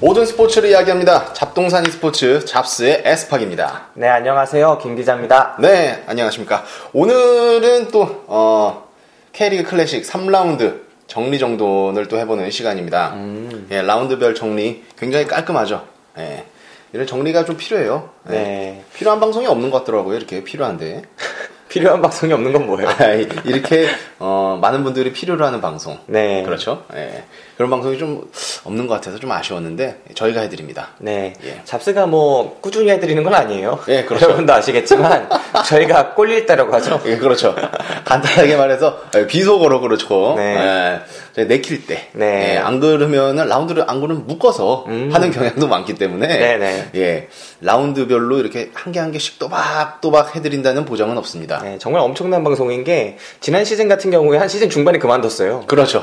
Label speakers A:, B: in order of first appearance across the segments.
A: 모든 스포츠를 이야기합니다. 잡동사니 스포츠 잡스의 에스팍입니다.
B: 네, 안녕하세요. 김 기자입니다.
A: 네, 안녕하십니까. 오늘은 또, 어, K리그 클래식 3라운드 정리정돈을 또 해보는 시간입니다. 예, 라운드별 정리 굉장히 깔끔하죠. 예. 이런 정리가 좀 필요해요. 예.
B: 네.
A: 필요한 방송이 없는 것 같더라고요. 이렇게 필요한데.
B: 필요한 방송이 없는 건 뭐예요?
A: 아이, 이렇게, 어, 많은 분들이 필요로 하는 방송.
B: 네.
A: 그렇죠. 예. 그런 방송이 좀 없는 것 같아서 좀 아쉬웠는데, 저희가 해드립니다.
B: 네.
A: 예.
B: 잡스가 뭐 꾸준히 해드리는 건 아니에요.
A: 예, 그렇죠.
B: 여러분도 아시겠지만 저희가 꼴릴다라고 하죠.
A: 예, 그렇죠. 간단하게 말해서 예, 비속어로 그렇죠.
B: 네.
A: 예, 내킬 때.
B: 네. 음.
A: 예, 안 그러면은 라운드를 안 그러면 묶어서 하는 경향도 많기 때문에
B: 네네.
A: 예. 라운드별로 이렇게 한 개 한 개씩 또박또박 해 드린다는 보장은 없습니다.
B: 네, 정말 엄청난 방송인 게 지난 시즌 같은 경우에 한 시즌 중반에 그만뒀어요.
A: 그렇죠.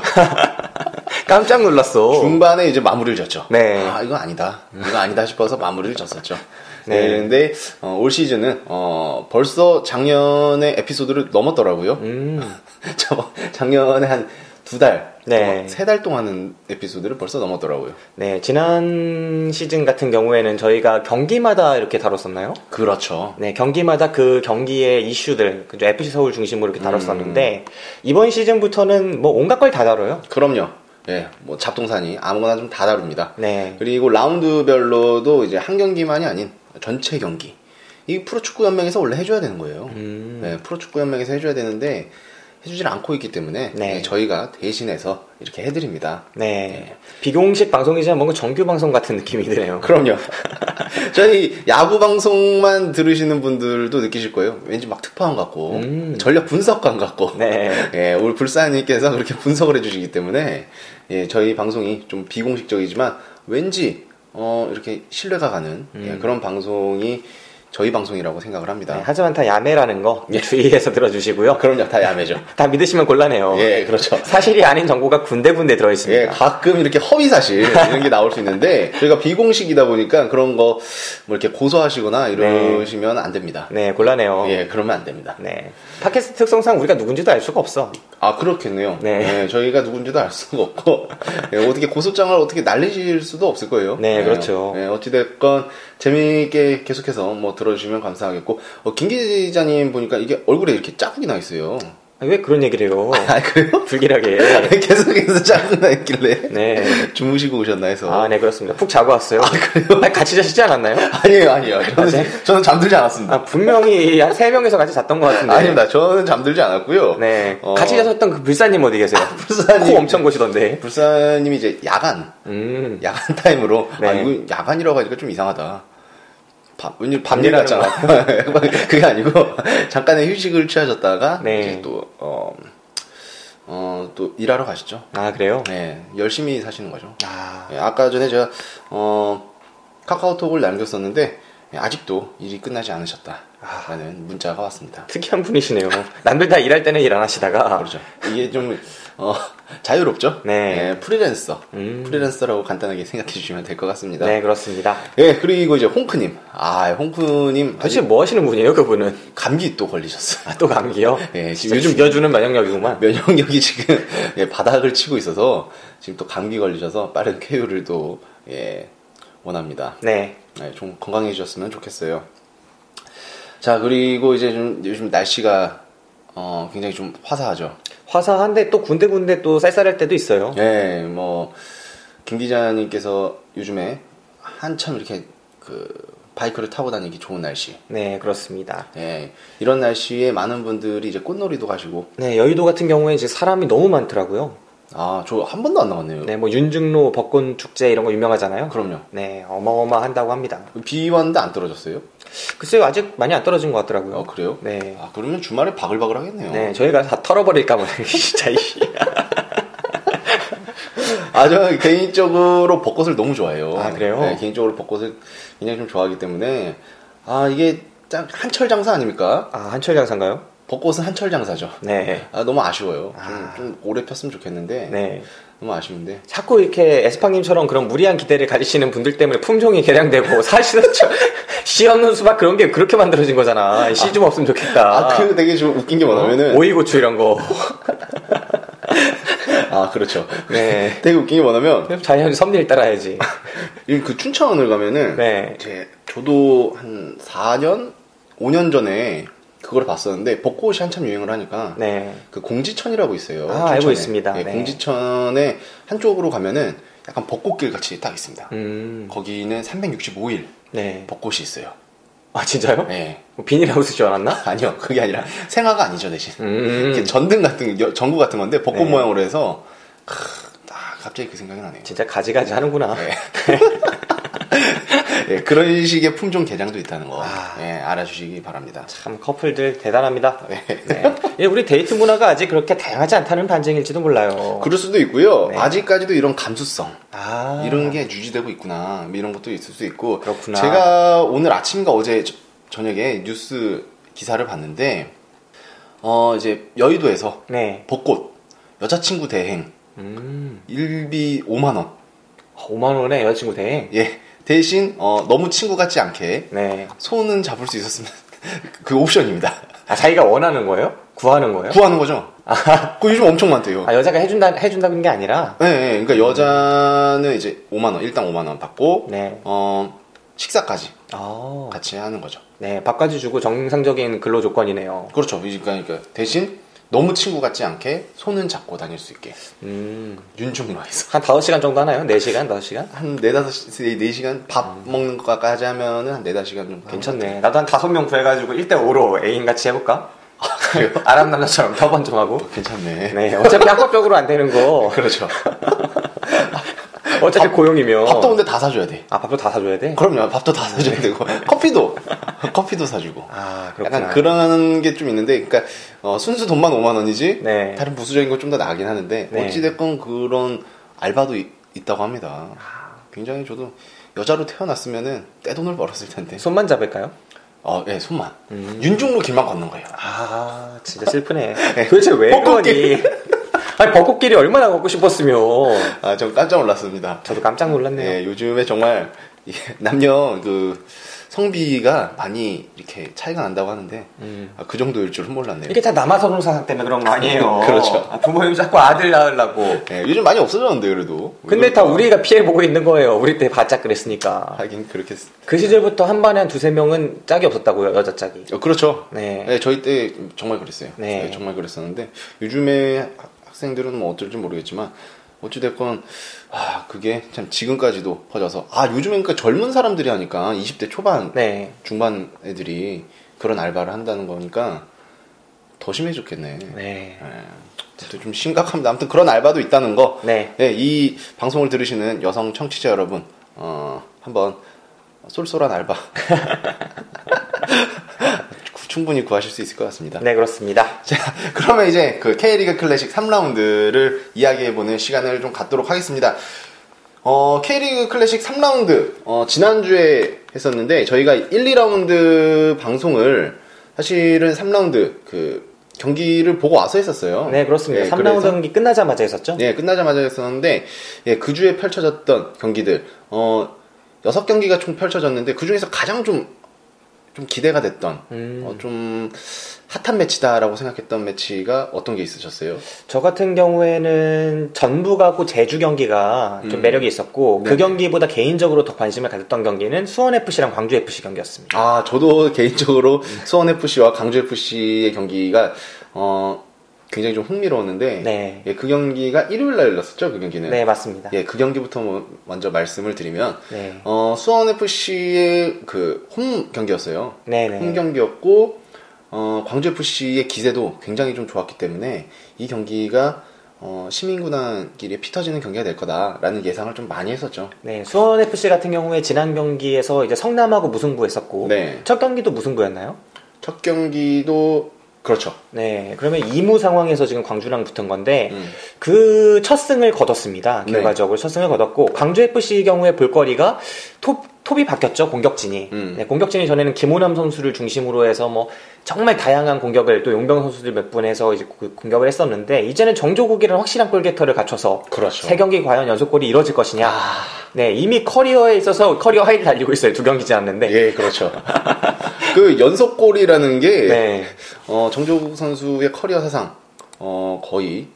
B: 깜짝 놀랐어.
A: 중반에 이제 마무리를 졌죠.
B: 네.
A: 아, 이건 아니다. 이거 아니다 싶어서 마무리를 졌었죠.
B: 네.
A: 네. 근데 어, 올 시즌은 어, 벌써 작년의 에피소드를 넘었더라고요.
B: 음.
A: 저 작년에 한 두 달,
B: 네.
A: 세 달 동안 하는 에피소드를 벌써 넘었더라고요.
B: 네, 지난 시즌 같은 경우에는 저희가 경기마다 이렇게 다뤘었나요?
A: 그렇죠.
B: 네, 경기마다 그 경기의 이슈들, 그죠? FC 서울 중심으로 이렇게 다뤘었는데 이번 시즌부터는 뭐 온갖 걸 다 다뤄요.
A: 그럼요. 예, 뭐 잡동사니 아무거나 좀 다 다룹니다.
B: 네.
A: 그리고 라운드별로도 이제 한 경기만이 아닌 전체 경기. 이 프로축구 연맹에서 원래 해줘야 되는 거예요. 네, 프로축구 연맹에서 해줘야 되는데 해주질 않고 있기 때문에
B: 네.
A: 예, 저희가 대신해서 이렇게 해드립니다.
B: 네. 비공식 방송이지만 뭔가 정규 방송 같은 느낌이 드네요.
A: 그럼요. 저희 야구 방송만 들으시는 분들도 느끼실 거예요. 왠지 막 특파원 같고 전력 분석관 같고.
B: 음. 네.
A: 예, 우리 불사님께서 그렇게 분석을 해주시기 때문에 예, 저희 방송이 좀 비공식적이지만 왠지 어, 이렇게 신뢰가 가는 예, 그런 방송이 저희 방송이라고 생각을 합니다.
B: 음. 네, 하지만 다 야매라는 거 주의해서 들어주시고요.
A: 예. 그럼요, 다 야매죠.
B: 다 믿으시면 곤란해요.
A: 예, 그렇죠.
B: 사실이 아닌 정보가 군데군데 들어있습니다.
A: 예, 가끔 이렇게 허위 사실 이런 게 나올 수 있는데 저희가 비공식이다 보니까 그런 거 뭐 이렇게 고소하시거나 이러시면 안 됩니다.
B: 네, 곤란해요.
A: 예, 그러면 안 됩니다.
B: 네. 팟캐스트 특성상 우리가 누군지도 알 수가 없어.
A: 아 그렇겠네요.
B: 네.
A: 예, 저희가 누군지도 알 수가 없고 예, 어떻게 고소장을 어떻게 날리실 수도 없을 거예요.
B: 네, 그렇죠.
A: 예, 어찌됐건 재미있게 계속해서 뭐 들어주시면 감사하겠고 어, 김 기자님 보니까 이게 얼굴에 이렇게 자국이 나 있어요.
B: 아, 왜 그런 얘기를 해요?
A: 아 그래요?
B: 불길하게.
A: 네, 계속해서 자국이 나 있길래
B: 네.
A: 주무시고 오셨나 해서
B: 아, 네, 그렇습니다. 푹 자고 왔어요. 아, 그래요? 같이 자시지 않았나요?
A: 아니에요, 아니에요. 저는, 저는 잠들지 않았습니다.
B: 네. 아, 분명히 한 세명에서 같이 잤던 것 같은데.
A: 아닙니다. 저는 잠들지 않았고요.
B: 네.
A: 어, 아,
B: 같이 자셨던 그 불사님 어디 계세요?
A: 불사님.
B: 코 엄청 고시던데.
A: 불사님이 이제 야간,
B: 음.
A: 야간 타임으로.
B: 네.
A: 아, 이거 야간이라고 하니까 좀 이상하다. 밤, 왠지 밤 일
B: 밤일
A: 같잖아. 그게 아니고, 잠깐의 휴식을 취하셨다가,
B: 네.
A: 이제 또, 어, 어, 또 일하러 가시죠.
B: 아, 그래요?
A: 네. 열심히 사시는 거죠.
B: 아,
A: 예, 아까 전에 제가, 어, 카카오톡을 남겼었는데, 예, 아직도 일이 끝나지
B: 아.
A: 않으셨다라는 문자가 왔습니다.
B: 특이한 분이시네요. 남들 다 일할 때는 일 안 하시다가.
A: 그렇죠. 이게 좀 어, 자유롭죠.
B: 네. 음.
A: 예, 프리랜서, 프리랜서라고 간단하게 생각해 주시면 될 것 같습니다.
B: 네, 그렇습니다.
A: 예, 그리고 이제 홍크님, 아 홍크님
B: 도대체 뭐 하시는 분이에요, 그분은?
A: 감기 또 걸리셨어요.
B: 아, 또 감기요?
A: 예,
B: 진짜
A: 지금
B: 요즘
A: 요즘
B: 이어주는 면역력이구만.
A: 면역력이 지금 예, 바닥을 치고 있어서 지금 또 감기 걸리셔서 빠른 쾌유를 또 예, 원합니다.
B: 네.
A: 네, 좀 건강해지셨으면 좋겠어요. 자, 그리고 이제 좀 요즘 날씨가 어, 굉장히 좀 화사하죠.
B: 화사한데 또 군데군데 또 쌀쌀할 때도 있어요.
A: 예, 뭐, 김 기자님께서 요즘에 한참 이렇게 그 바이크를 타고 다니기 좋은 날씨.
B: 네, 그렇습니다.
A: 예, 이런 날씨에 많은 분들이 이제 꽃놀이도 가시고,
B: 네, 여의도 같은 경우에 이제 사람이 너무 많더라고요.
A: 아, 저 한 번도 안 나왔네요.
B: 네, 뭐 윤중로 벚꽃 축제 이런 거 유명하잖아요.
A: 그럼요.
B: 네, 어마어마한다고 합니다.
A: 비 왔는데 안 떨어졌어요?
B: 글쎄요, 아직 많이 안 떨어진 것 같더라고요.
A: 어, 그래요?
B: 네.
A: 아, 그러면 주말에 바글바글 하겠네요.
B: 네, 저희가 다 털어버릴까 봐 진짜 이.
A: 아, 저 개인적으로 벚꽃을 너무 좋아해요.
B: 아, 그래요?
A: 네, 개인적으로 벚꽃을 굉장히 좀 좋아하기 때문에, 아, 이게 딱 한철 장사 아닙니까?
B: 아, 한철 장사인가요?
A: 벚꽃은 한철 장사죠.
B: 네.
A: 아, 너무 아쉬워요. 좀-
B: 아.
A: 좀, 오래 폈으면 좋겠는데,
B: 네.
A: 너무 아쉬운데.
B: 자꾸 이렇게 에스팡님처럼 그런 무리한 기대를 가지시는 분들 때문에 품종이 개량되고 사실은 저- 씨 없는 수박 그런 게 그렇게 만들어진 거잖아. 씨 좀 없으면
A: 그
B: 좋겠다.
A: 아, 그 되게 좀 웃긴 게 뭐냐면은
B: 오이고추 이런 거.
A: 아, 그렇죠.
B: 네.
A: 되게 웃긴 게 뭐냐면,
B: 자연히 섭리를 따라야지.
A: 이 그 춘천을 가면은,
B: 네.
A: 제, 저도 한 4년? 5년 전에 그걸 봤었는데, 벚꽃이 한참 유행을 하니까,
B: 네.
A: 그 공지천이라고 있어요.
B: 아, 알고
A: 춘천에.
B: 있습니다.
A: 예,
B: 네.
A: 공지천에 한쪽으로 가면은 약간 벚꽃길 같이 딱 있습니다.
B: 음.
A: 거기는 365일
B: 네.
A: 벚꽃이 있어요.
B: 아 진짜요?
A: 네.
B: 뭐 비닐하우스 줄 알았나?
A: 아니요, 그게 아니라 생화가 아니죠 대신.
B: 음.
A: 이렇게 전등 같은 여- 전구 같은 건데 벚꽃
B: 네.
A: 모양으로 해서 크, 딱 갑자기 그 생각이 나네요.
B: 진짜 가지가지 하는구나.
A: 네. 예, 그런 식의 품종 개장도 있다는 거
B: 아.
A: 예, 알아주시기 바랍니다.
B: 참 커플들 대단합니다.
A: 네.
B: 네. 예, 우리 데이트 문화가 아직 그렇게 다양하지 않다는 반증일지도 몰라요.
A: 그럴 수도 있고요.
B: 네.
A: 아직까지도 이런 감수성
B: 아
A: 이런 게 유지되고 있구나 뭐 이런 것도 있을 수 있고
B: 그렇구나.
A: 제가 오늘 아침과 어제 저- 저녁에 뉴스 기사를 봤는데 어 이제 여의도에서
B: 네.
A: 벚꽃 여자친구 대행
B: 음.
A: 일비 5만 원.
B: 5만 원에 여자친구 대행.
A: 예. 대신 어, 너무 친구 같지 않게
B: 네.
A: 손은 잡을 수 있었으면 그 옵션입니다.
B: 아 자기가 원하는 거예요? 구하는 거예요?
A: 구하는 거죠. 그 요즘 엄청 많대요.
B: 아 여자가 해준다 해준다는 게 아니라.
A: 예, 예. 그러니까 여자는 이제 5만 원, 일당 5만 원 받고
B: 네.
A: 어, 식사까지
B: 아.
A: 같이 하는 거죠.
B: 네. 밥까지 주고 정상적인 근로 조건이네요.
A: 그렇죠. 그러니까, 그러니까 대신 너무 친구 같지 않게 손은 잡고 다닐 수 있게
B: 음.
A: 윤중로에서
B: 한 5시간 정도 하나요? 4시간, 5시간?
A: 한 4, 5시, 네, 4시간 밥 먹는 것까지 하면은 한 4, 5시간 정도
B: 괜찮네. 나도 한 5명 구해가지고 1대5로 애인 같이 해볼까?
A: 그래요?
B: 아랍 남자처럼 터번 좀 하고.
A: 괜찮네.
B: 네. 어차피 합법적으로 안 되는 거.
A: 음. 그렇죠.
B: 어차피 고용이면.
A: 밥도 근데 다 사줘야 돼.
B: 아, 밥도 다 사줘야 돼?
A: 그럼요. 밥도 다 사줘야 되고 커피도 커피도 사주고.
B: 아, 그렇구나.
A: 약간 그런 게 좀 있는데, 그러니까 어, 순수 돈만 5만 원이지
B: 네.
A: 다른 부수적인 건 좀 더 나긴 아 하는데
B: 네.
A: 어찌 됐건 그런 알바도 이- 있다고 합니다.
B: 아.
A: 굉장히 저도 여자로 태어났으면은 떼돈을 벌었을 텐데.
B: 네, 손만 잡을까요?
A: 어, 예, 손만.
B: 음.
A: 윤중로 길만 걷는 거예요.
B: 아, 진짜 슬프네. 도대체 왜
A: 벚꽃길.
B: 그러니? 아니, 벚꽃길이 얼마나 걷고 싶었으며.
A: 아, 좀 깜짝 놀랐습니다.
B: 저도 깜짝 놀랐네요.
A: 예, 요즘에 정말 이 남녀 그 성비가 많이 이렇게 차이가 난다고 하는데
B: 음.
A: 아, 그 정도일 줄은 몰랐네요.
B: 이게 다 남아선호 사상 때문에 그런 거 아니에요.
A: 그렇죠.
B: 아, 부모님 자꾸 아들 낳으려고.
A: 예, 요즘 많이 없어졌는데 그래도.
B: 근데 다 우리가 피해보고 있는 거예요. 우리 때 바짝 그랬으니까.
A: 하긴 그렇게 쓰-
B: 그 시절부터 한 반에 한 두세 명은 짝이 없었다고요, 여자 짝이.
A: 어, 그렇죠.
B: 네.
A: 네, 저희 때 정말 그랬어요.
B: 네.
A: 네, 정말 그랬었는데 요즘에 학- 학생들은 뭐 어쩔지 모르겠지만 어찌 됐건 아, 그게 참 지금까지도 퍼져서 아, 요즘엔 그러니까 젊은 사람들이 하니까 20대 초반
B: 네.
A: 중반 애들이 그런 알바를 한다는 거니까 더 심해졌겠네.
B: 네.
A: 예, 아무튼 좀 심각합니다. 아무튼 그런 알바도 있다는 거.
B: 네.
A: 예, 이 방송을 들으시는 여성 청취자 여러분, 어, 한번 쏠쏠한 알바 구- 충분히 구하실 수 있을 것 같습니다.
B: 네, 그렇습니다.
A: 자, 그러면 이제 그 K리그 클래식 3라운드를 이야기해보는 시간을 좀 갖도록 하겠습니다. 어, K리그 클래식 3라운드, 어, 지난주에 했었는데, 저희가 1, 2라운드 방송을 사실은 3라운드 그 경기를 보고 와서 했었어요.
B: 네, 그렇습니다.
A: 예,
B: 3라운드
A: 그래서-
B: 경기 끝나자마자 했었죠?
A: 예, 끝나자마자 했었는데, 예, 그 주에 펼쳐졌던 경기들, 어, 6경기가 총 펼쳐졌는데, 그 중에서 가장 좀, 좀 기대가 됐던,
B: 음.
A: 어, 좀 핫한 매치다라고 생각했던 매치가 어떤 게 있으셨어요?
B: 저 같은 경우에는 전북하고 제주 경기가 좀
A: 음.
B: 매력이 있었고
A: 네네.
B: 그 경기보다 개인적으로 더 관심을 가졌던 경기는 수원 FC랑 광주 FC 경기였습니다.
A: 아, 저도 개인적으로 수원FC와 강주FC의 경기가, 어, 굉장히 좀 흥미로웠는데,
B: 네.
A: 예, 그 경기가 일요일날 열렸었죠, 그 경기는.
B: 네, 맞습니다.
A: 예, 그 경기부터 뭐- 먼저 말씀을 드리면,
B: 네.
A: 어, 수원FC의 그 홈 경기였어요.
B: 네,
A: 홈
B: 네.
A: 경기였고 어, 광주 FC의 기세도 굉장히 좀 좋았기 때문에 이 경기가 어, 시민구단끼리 피 터지는 경기가 될 거다라는 예상을 좀 많이 했었죠.
B: 네, 수원 FC 같은 경우에 지난 경기에서 이제 성남하고 무승부했었고
A: 네.
B: 첫 경기도 무승부였나요?
A: 첫 경기도 그렇죠.
B: 네, 그러면 2무 상황에서 지금 광주랑 붙은 건데
A: 음.
B: 그 첫 승을 거뒀습니다.
A: 네.
B: 결과적으로 첫 승을 거뒀고 광주 FC 경우에 볼거리가 톱 톱이 바뀌었죠 공격진이.
A: 음.
B: 네, 공격진이 전에는 김호남 선수를 중심으로 해서 뭐 정말 다양한 공격을 또 용병 선수들 몇 분 해서 이제 그 공격을 했었는데 이제는 정조국이라는 확실한 골게터를 갖춰서
A: 그렇죠. 아.
B: 세 경기 과연 연속골이 이뤄질 것이냐. 네, 이미 커리어에 있어서 커리어 하이를 달리고 있어요. 두 경기 지났는데.
A: 예, 그렇죠. 그 연속골이라는 게
B: 네.
A: 어, 정조국 선수의 커리어 사상 어, 거의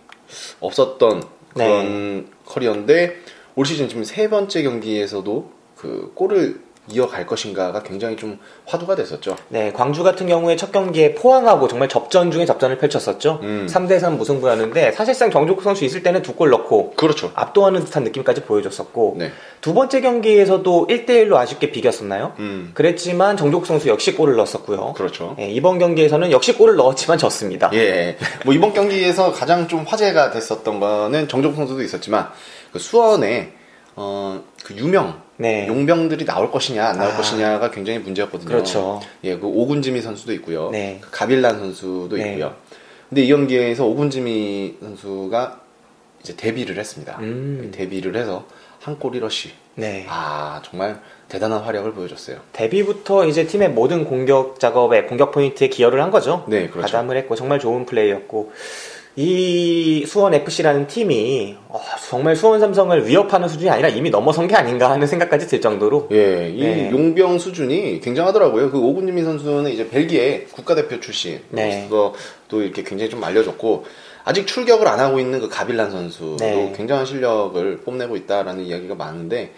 A: 없었던
B: 네.
A: 그런 커리어인데 올 시즌 지금 세 번째 경기에서도 그 골을 이어갈 것인가가 굉장히 좀 화두가 됐었죠.
B: 네, 광주 같은 경우에 첫 경기에 포항하고 정말 접전 중에 접전을 펼쳤었죠.
A: 음.
B: 3대3 무승부였는데 사실상 정종국 선수 있을 때는 두 골 넣고
A: 그렇죠.
B: 압도하는 듯한 느낌까지 보여줬었고
A: 네.
B: 두 번째 경기에서도 1대1로 아쉽게 비겼었나요?
A: 음,
B: 그랬지만 정종국 선수 역시 골을 넣었었고요.
A: 그렇죠.
B: 네, 이번 경기에서는 역시 골을 넣었지만 졌습니다.
A: 예. 뭐 이번 경기에서 가장 좀 화제가 됐었던 거는 정종 선수도 있었지만 그 수원에 어, 그 유명
B: 네.
A: 용병들이 나올 것이냐 안 나올
B: 아.
A: 것이냐가 굉장히 문제였거든요.
B: 그렇죠.
A: 예, 그 오군지미 선수도 있고요.
B: 네.
A: 그 가빌란 선수도
B: 네.
A: 있고요. 근데 이 경기에서 오군지미 선수가 이제 데뷔를 했습니다. 그
B: 음.
A: 데뷔를 해서 한 골 1러시.
B: 네.
A: 아, 정말 대단한 활약을 보여줬어요.
B: 데뷔부터 이제 팀의 모든 공격 작업에 공격 포인트에 기여를 한 거죠.
A: 네, 그렇죠.
B: 가담을 했고 정말 좋은 플레이였고 이 수원 FC라는 팀이 어, 정말 수원 삼성을 위협하는 수준이 아니라 이미 넘어선 게 아닌가 하는 생각까지 들 정도로
A: 예, 이
B: 네.
A: 용병 수준이 굉장하더라고요. 그 오군유민 선수는 이제 벨기에 국가대표 출신으로서
B: 네.
A: 또 이렇게 굉장히 좀 알려졌고 아직 출격을 안 하고 있는 그 가빌란 선수도
B: 네.
A: 굉장한 실력을 뽐내고 있다라는 이야기가 많은데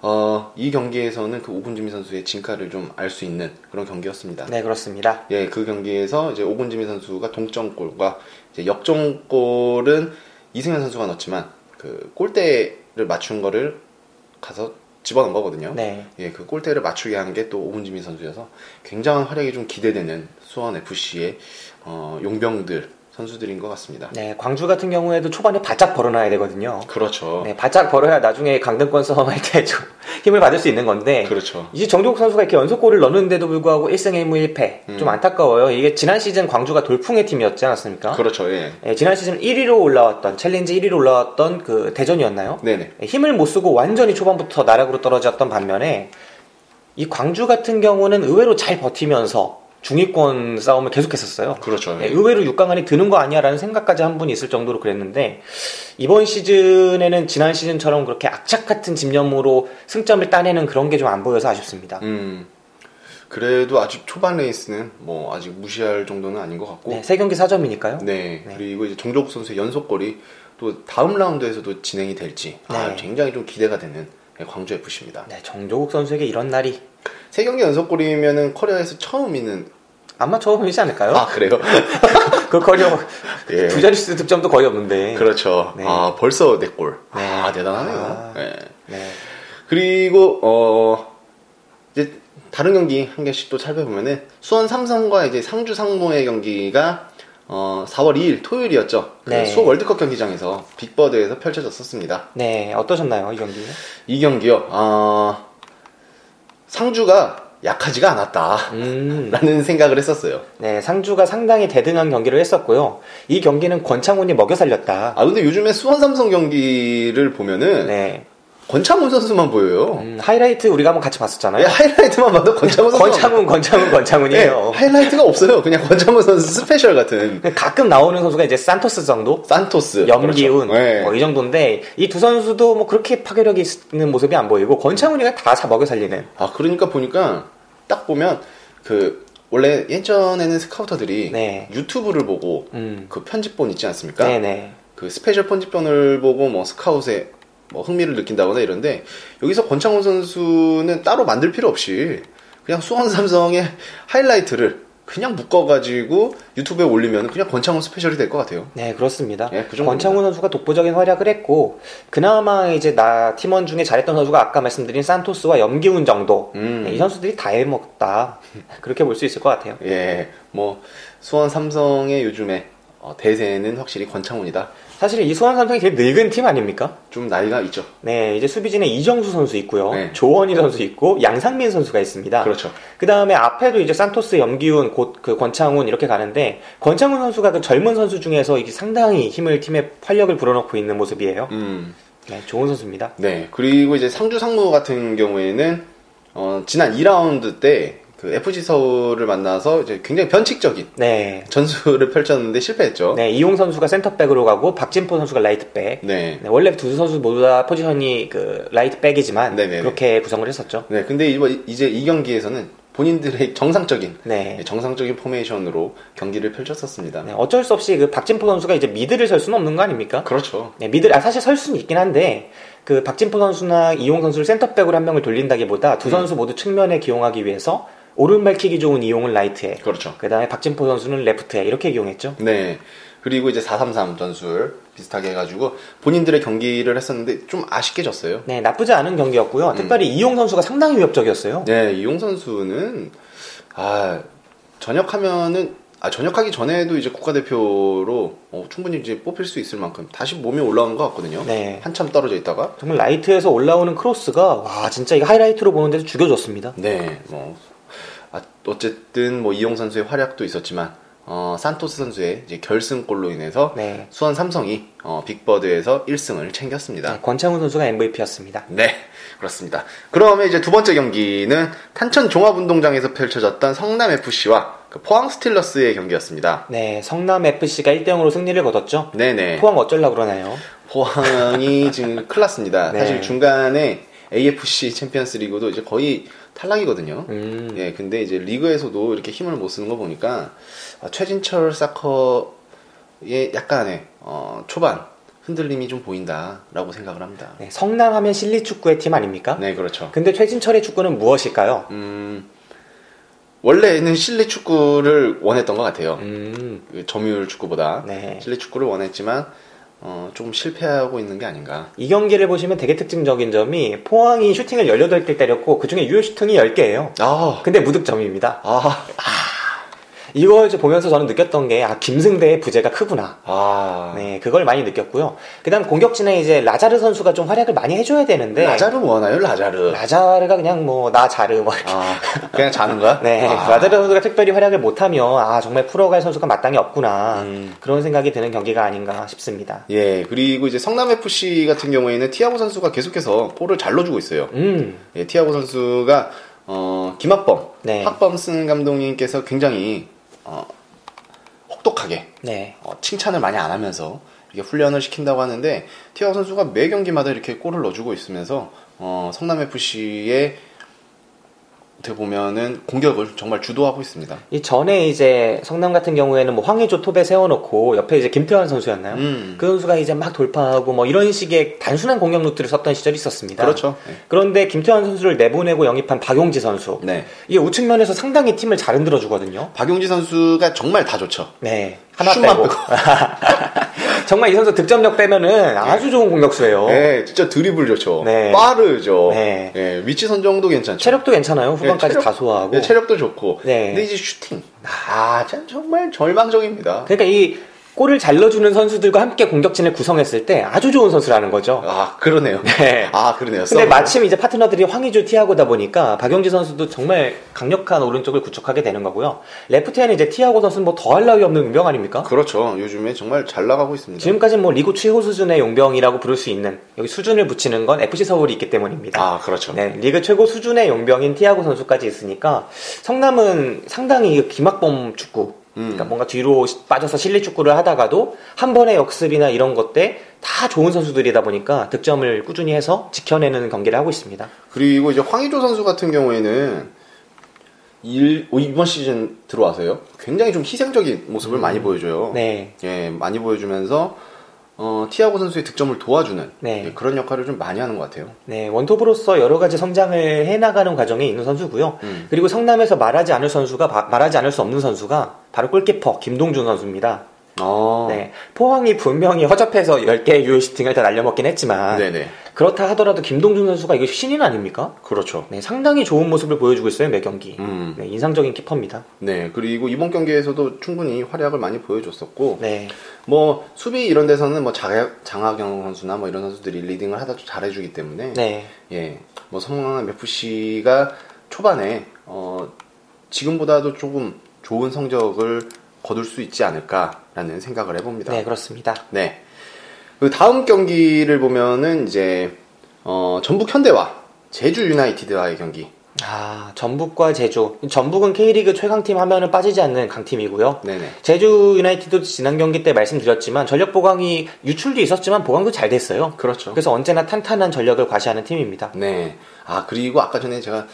A: 어, 이 경기에서는 그 오군지민 선수의 진가를 좀 알 수 있는 그런 경기였습니다.
B: 네 그렇습니다.
A: 예, 그 경기에서 이제 오군지민 선수가 동점골과 이제 역전골은 이승현 선수가 넣었지만 그 골대를 맞춘 거를 가서 집어넣은 거거든요.
B: 네.
A: 예, 그 골대를 맞추게 한 게 또 오군지민 선수여서 굉장한 활약이 좀 기대되는 수원 FC의 어, 용병들 선수들인 것 같습니다.
B: 네, 광주 같은 경우에도 초반에 바짝 벌어놔야 되거든요.
A: 그렇죠.
B: 네, 바짝 벌어야 나중에 강등권 싸움할 때 좀 힘을 받을 수 있는 건데
A: 그렇죠.
B: 이제 정종국 선수가 이렇게 연속골을 넣는데도 불구하고 1승 1무 1패
A: 음.
B: 좀 안타까워요. 이게 지난 시즌 광주가 돌풍의 팀이었지 않았습니까?
A: 그렇죠. 예.
B: 예, 지난 시즌 1위로 올라왔던 챌린지 1위로 올라왔던 그 대전이었나요?
A: 네네.
B: 예, 힘을 못 쓰고 완전히 초반부터 나락으로 떨어졌던 반면에 이 광주 같은 경우는 의외로 잘 버티면서 중위권 싸움을 계속했었어요.
A: 그렇죠.
B: 예, 의외로 6강 안에 드는 거 아니야라는 생각까지 한 분이 있을 정도로 그랬는데 이번 시즌에는 지난 시즌처럼 그렇게 악착 같은 집념으로 승점을 따내는 그런 게 좀 안 보여서 아쉽습니다.
A: 음. 그래도 아직 초반 레이스는 뭐 아직 무시할 정도는 아닌 것 같고
B: 네, 세 경기 4점이니까요.
A: 네, 그리고 이제 정조국 선수의 연속골이 또 다음 라운드에서도 진행이 될지 아,
B: 네.
A: 굉장히 좀 기대가 되는 예, 광주 FC입니다.
B: 네, 정조국 선수에게 이런 날이
A: 세 경기 연속골이면은 커리어에서 처음 있는
B: 아마 처음이지 않을까요?
A: 아 그래요?
B: 그 커리어
A: 예.
B: 두 자릿수 득점도 거의 없는데.
A: 그렇죠.
B: 네.
A: 아 벌써 네 골.
B: 네.
A: 아 대단하네요.
B: 아.
A: 네.
B: 네.
A: 그리고 어 이제 다른 경기 한 개씩 또 살펴보면은 수원 삼성과 이제 상주 상무의 경기가 어 4월 2일 토요일이었죠. 그
B: 네.
A: 수원 월드컵 경기장에서 빅버드에서 펼쳐졌었습니다.
B: 네, 어떠셨나요, 이 경기?
A: 이 경기요. 아, 상주가 약하지가 않았다.
B: 음.
A: 라는 생각을 했었어요.
B: 네, 상주가 상당히 대등한 경기를 했었고요. 이 경기는 권창훈이 먹여 살렸다.
A: 아, 근데 요즘에 수원 삼성 경기를 보면은
B: 네.
A: 권창훈 선수만 보여요.
B: 음, 하이라이트 우리가 한번 같이
A: 예,
B: 봤었잖아요.
A: 하이라이트만 봐도 권창훈 선수.
B: 권창훈, 권창훈, 권창훈이에요.
A: 네,
B: 네,
A: 하이라이트가 없어요. 그냥 권창훈 선수 스페셜 같은
B: 가끔 나오는 선수가 이제 산토스 정도?
A: 산토스.
B: 염기훈,
A: 그렇죠. 예.
B: 뭐 이 정도인데, 이 두 선수도 뭐 그렇게 파괴력이 있는 모습이 안 보이고, 권창훈이가 다 사- 먹여 살리는.
A: 아, 그러니까 보니까 딱 보면 그 원래 예전에는 스카우터들이
B: 네.
A: 유튜브를 보고
B: 음.
A: 그 편집본 있지 않습니까?
B: 네네.
A: 그 스페셜 편집본을 보고 뭐 스카웃에 뭐 흥미를 느낀다거나 이런데 여기서 권창훈 선수는 따로 만들 필요 없이 그냥 수원 삼성의 하이라이트를 그냥 묶어가지고 유튜브에 올리면 그냥 권창훈 스페셜이 될 것 같아요.
B: 네, 그렇습니다.
A: 예, 그 정도입니다.
B: 권창훈 선수가 독보적인 활약을 했고, 그나마 이제 나 팀원 중에 잘했던 선수가 아까 말씀드린 산토스와 염기훈 정도.
A: 음.
B: 네, 이 선수들이 다 해먹다. 그렇게 볼 수 있을 것 같아요.
A: 예, 뭐 수원 삼성의 요즘에 어, 대세는 확실히 권창훈이다.
B: 사실 이 수원 삼성이 되게 늙은 팀 아닙니까?
A: 좀 나이가 있죠.
B: 네, 이제 수비진에 이정수 선수 있고요.
A: 네.
B: 조원희 선수 있고, 양상민 선수가 있습니다.
A: 그렇죠.
B: 그 다음에 앞에도 이제 산토스, 염기훈, 곧 그 권창훈 이렇게 가는데, 권창훈 선수가 그 젊은 선수 중에서 이게 상당히 힘을 팀에 활력을 불어넣고 있는 모습이에요.
A: 음,
B: 네, 좋은 선수입니다.
A: 네. 그리고 이제 상주 상무 같은 경우에는 어, 지난 2라운드 때 그 FG 서울을 만나서 이제 굉장히 변칙적인
B: 네,
A: 전술을 펼쳤는데 실패했죠.
B: 네, 이용 선수가 센터백으로 가고 박진포 선수가 라이트백.
A: 네.
B: 네, 원래 두 선수 모두 다 포지션이 그 라이트백이지만
A: 네네네.
B: 그렇게 구성을 했었죠.
A: 네, 근데 이번- 이제 이 경기에서는 본인들의 정상적인
B: 네.
A: 예, 정상적인 포메이션으로 경기를 펼쳤었습니다.
B: 네, 어쩔 수 없이 그 박진포 선수가 이제 미드를 설 수는 없는 거 아닙니까?
A: 그렇죠.
B: 네, 미들 아 사실 설 수는 있긴 한데 그 박진포 선수나 이용 선수를 센터백으로 한 명을 돌린다기보다 두 선수 모두 측면에 기용하기 위해서 오른발 킥이 좋은 이용을 라이트에
A: 그렇죠.
B: 그다음에 박진포 선수는 레프트에 이렇게 기용했죠.
A: 네. 그리고 이제 433 전술 비슷하게 해가지고 본인들의 경기를 했었는데 좀 아쉽게 졌어요.
B: 네, 나쁘지 않은 경기였고요. 특별히 이용 선수가 상당히 위협적이었어요.
A: 네, 이용 선수는 아 전역하면은 아 전역하기 전에도 이제 국가대표로 어, 충분히 이제 뽑힐 수 있을 만큼 다시 몸이 올라온 것 같거든요.
B: 네.
A: 한참 떨어져 있다가
B: 정말 라이트에서 올라오는 크로스가 와 진짜 이 하이라이트로 보는데도 죽여줬습니다.
A: 네, 뭐 아, 어쨌든 뭐 이용 선수의 활약도 있었지만 어, 산토스 선수의 이제 결승골로 인해서
B: 네.
A: 수원 삼성이 어, 빅버드에서 1승을 챙겼습니다.
B: 네, 권창훈 선수가 MVP였습니다.
A: 네, 그렇습니다. 그러면 이제 두 번째 경기는 탄천 종합운동장에서 펼쳐졌던 성남 FC와 그 포항 스틸러스의 경기였습니다.
B: 네, 성남 FC가 1대 0으로 승리를 거뒀죠.
A: 네네.
B: 포항 어쩔라 그러나요?
A: 포항이 지금 큰일 났습니다.
B: 네.
A: 사실 중간에 AFC 챔피언스 리그도 이제 거의 탈락이거든요.
B: 음.
A: 예, 근데 이제 리그에서도 이렇게 힘을 못 쓰는 거 보니까 아, 최진철 사커의 약간의 어, 초반 흔들림이 좀 보인다라고 생각을 합니다.
B: 네, 성남 하면 실리 축구의 팀 아닙니까?
A: 네, 그렇죠.
B: 근데 최진철의 축구는 무엇일까요?
A: 음, 원래는 실내 축구를 원했던 것 같아요.
B: 음,
A: 그 점유율 축구보다
B: 네.
A: 실내 축구를 원했지만 어, 조금 실패하고 있는 게 아닌가.
B: 이 경기를 보시면 되게 특징적인 점이 포항이 슈팅을 18개 때렸고 그 중에 유효 슈팅이 10개예요.
A: 아,
B: 근데 무득점입니다.
A: 아,
B: 이걸 이제 보면서 저는 느꼈던 게 아, 김승대의 부재가 크구나.
A: 아.
B: 네, 그걸 많이 느꼈고요. 그다음 공격진에 이제 라자르 선수가 좀 활약을 많이 해줘야 되는데
A: 라자르 뭐 원하요 라자르.
B: 라자르가 그냥 뭐 나 자르 뭐 이렇게
A: 아, 그냥 자는 거야?
B: 네,
A: 아.
B: 라자르 선수가 특별히 활약을 못하면 아 정말 풀어갈 선수가 마땅히 없구나
A: 음.
B: 그런 생각이 드는 경기가 아닌가 싶습니다.
A: 예, 그리고 이제 성남 FC 같은 경우에는 티아고 선수가 계속해서 골을 잘 넣어주고 있어요.
B: 음,
A: 예, 티아고 선수가 어, 김학범,
B: 네.
A: 학범슨 감독님께서 굉장히 어, 혹독하게
B: 네,
A: 어, 칭찬을 많이 안 하면서 이게 훈련을 시킨다고 하는데 티아고 선수가 매 경기마다 이렇게 골을 넣어주고 있으면서 어, 성남 FC의 어떻게 보면은 공격을 정말 주도하고 있습니다.
B: 이 전에 이제 성남 같은 경우에는 뭐 황의조 톱에 세워놓고 옆에 이제 김태환 선수였나요?
A: 음.
B: 그 선수가 이제 막 돌파하고 뭐 이런 식의 단순한 공격 루트를 썼던 시절이 있었습니다.
A: 그렇죠. 네.
B: 그런데 김태환 선수를 내보내고 영입한 박용지 선수.
A: 네.
B: 이게 우측면에서 상당히 팀을 잘 흔들어 주거든요.
A: 박용지 선수가 정말 다 좋죠.
B: 네. 하나
A: 슛만
B: 빼고. 정말 이 선수 득점력 빼면은
A: 예.
B: 아주 좋은 공격수예요.
A: 네, 진짜 드리블 좋죠.
B: 네.
A: 빠르죠.
B: 네.
A: 예, 위치 선정도 괜찮죠.
B: 체력도 괜찮아요.
A: 예,
B: 후반까지
A: 체력-
B: 다 소화하고.
A: 예, 체력도 좋고.
B: 네.
A: 근데 이제 슈팅. 아, 참 정말 절망적입니다.
B: 그러니까 이 골을 잘 넣어주는 선수들과 함께 공격진을 구성했을 때 아주 좋은 선수라는 거죠.
A: 아, 그러네요.
B: 네.
A: 아, 그러네요.
B: 근데
A: 썸으로.
B: 마침 이제 파트너들이 황의조 티아고다 보니까 박용지 선수도 정말 강력한 오른쪽을 구축하게 되는 거고요. 레프트에는 이제 티아고 선수는 뭐 더할 나위 없는 용병 아닙니까?
A: 그렇죠. 요즘에 정말 잘 나가고 있습니다.
B: 지금까지 뭐 리그 최고 수준의 용병이라고 부를 수 있는 여기 수준을 붙이는 건 FC 서울이 있기 때문입니다.
A: 아, 그렇죠.
B: 네, 리그 최고 수준의 용병인 티아고 선수까지 있으니까 성남은 상당히 김학범 축구 그러니까 뭔가 뒤로 시- 빠져서 실리 축구를 하다가도 한 번의 역습이나 이런 것 때 다 좋은 선수들이다 보니까 득점을 꾸준히 해서 지켜내는 경기를 하고 있습니다.
A: 그리고 이제 황의조 선수 같은 경우에는 일- 어, 이번 시즌 들어와서요. 굉장히 좀 희생적인 모습을 많이 보여줘요.
B: 음. 네.
A: 예, 많이 보여주면서 어, 티아고 선수의 득점을 도와주는
B: 네.
A: 예, 그런 역할을 좀 많이 하는 것 같아요.
B: 네, 원톱으로서 여러 가지 성장을 해나가는 과정에 있는 선수고요. 그리고 성남에서 말하지 않을 선수가 바- 말하지 않을 수 없는 선수가 바로 골키퍼 김동준 선수입니다.
A: 아,
B: 네, 포항이 분명히 허접해서 10개의 유효 슈팅을 다 날려먹긴 했지만
A: 네네.
B: 그렇다 하더라도 김동준 선수가 이거 신인 아닙니까?
A: 그렇죠.
B: 네, 상당히 좋은 모습을 보여주고 있어요, 매 경기.
A: 음.
B: 네, 인상적인 키퍼입니다.
A: 네, 그리고 이번 경기에서도 충분히 활약을 많이 보여줬었고,
B: 네.
A: 뭐, 수비 이런 데서는 뭐, 자, 장하경 선수나 뭐 이런 선수들이 리딩을 하다 좀 잘해주기 때문에,
B: 네.
A: 예, 뭐 성남 FC가 초반에 어, 지금보다도 조금 좋은 성적을 거둘 수 있지 않을까라는 생각을 해봅니다.
B: 네, 그렇습니다.
A: 네. 그 다음 경기를 보면은 이제 어, 전북 현대와 제주 유나이티드와의 경기.
B: 아, 전북과 제주. 전북은 K리그 최강팀 하면은 빠지지 않는 강팀이고요.
A: 네네.
B: 제주 유나이티드 지난 경기 때 말씀드렸지만 전력 보강이 유출도 있었지만 보강도 잘 됐어요.
A: 그렇죠.
B: 그래서 언제나 탄탄한 전력을 과시하는 팀입니다.
A: 네. 아 그리고 아까 전에 제가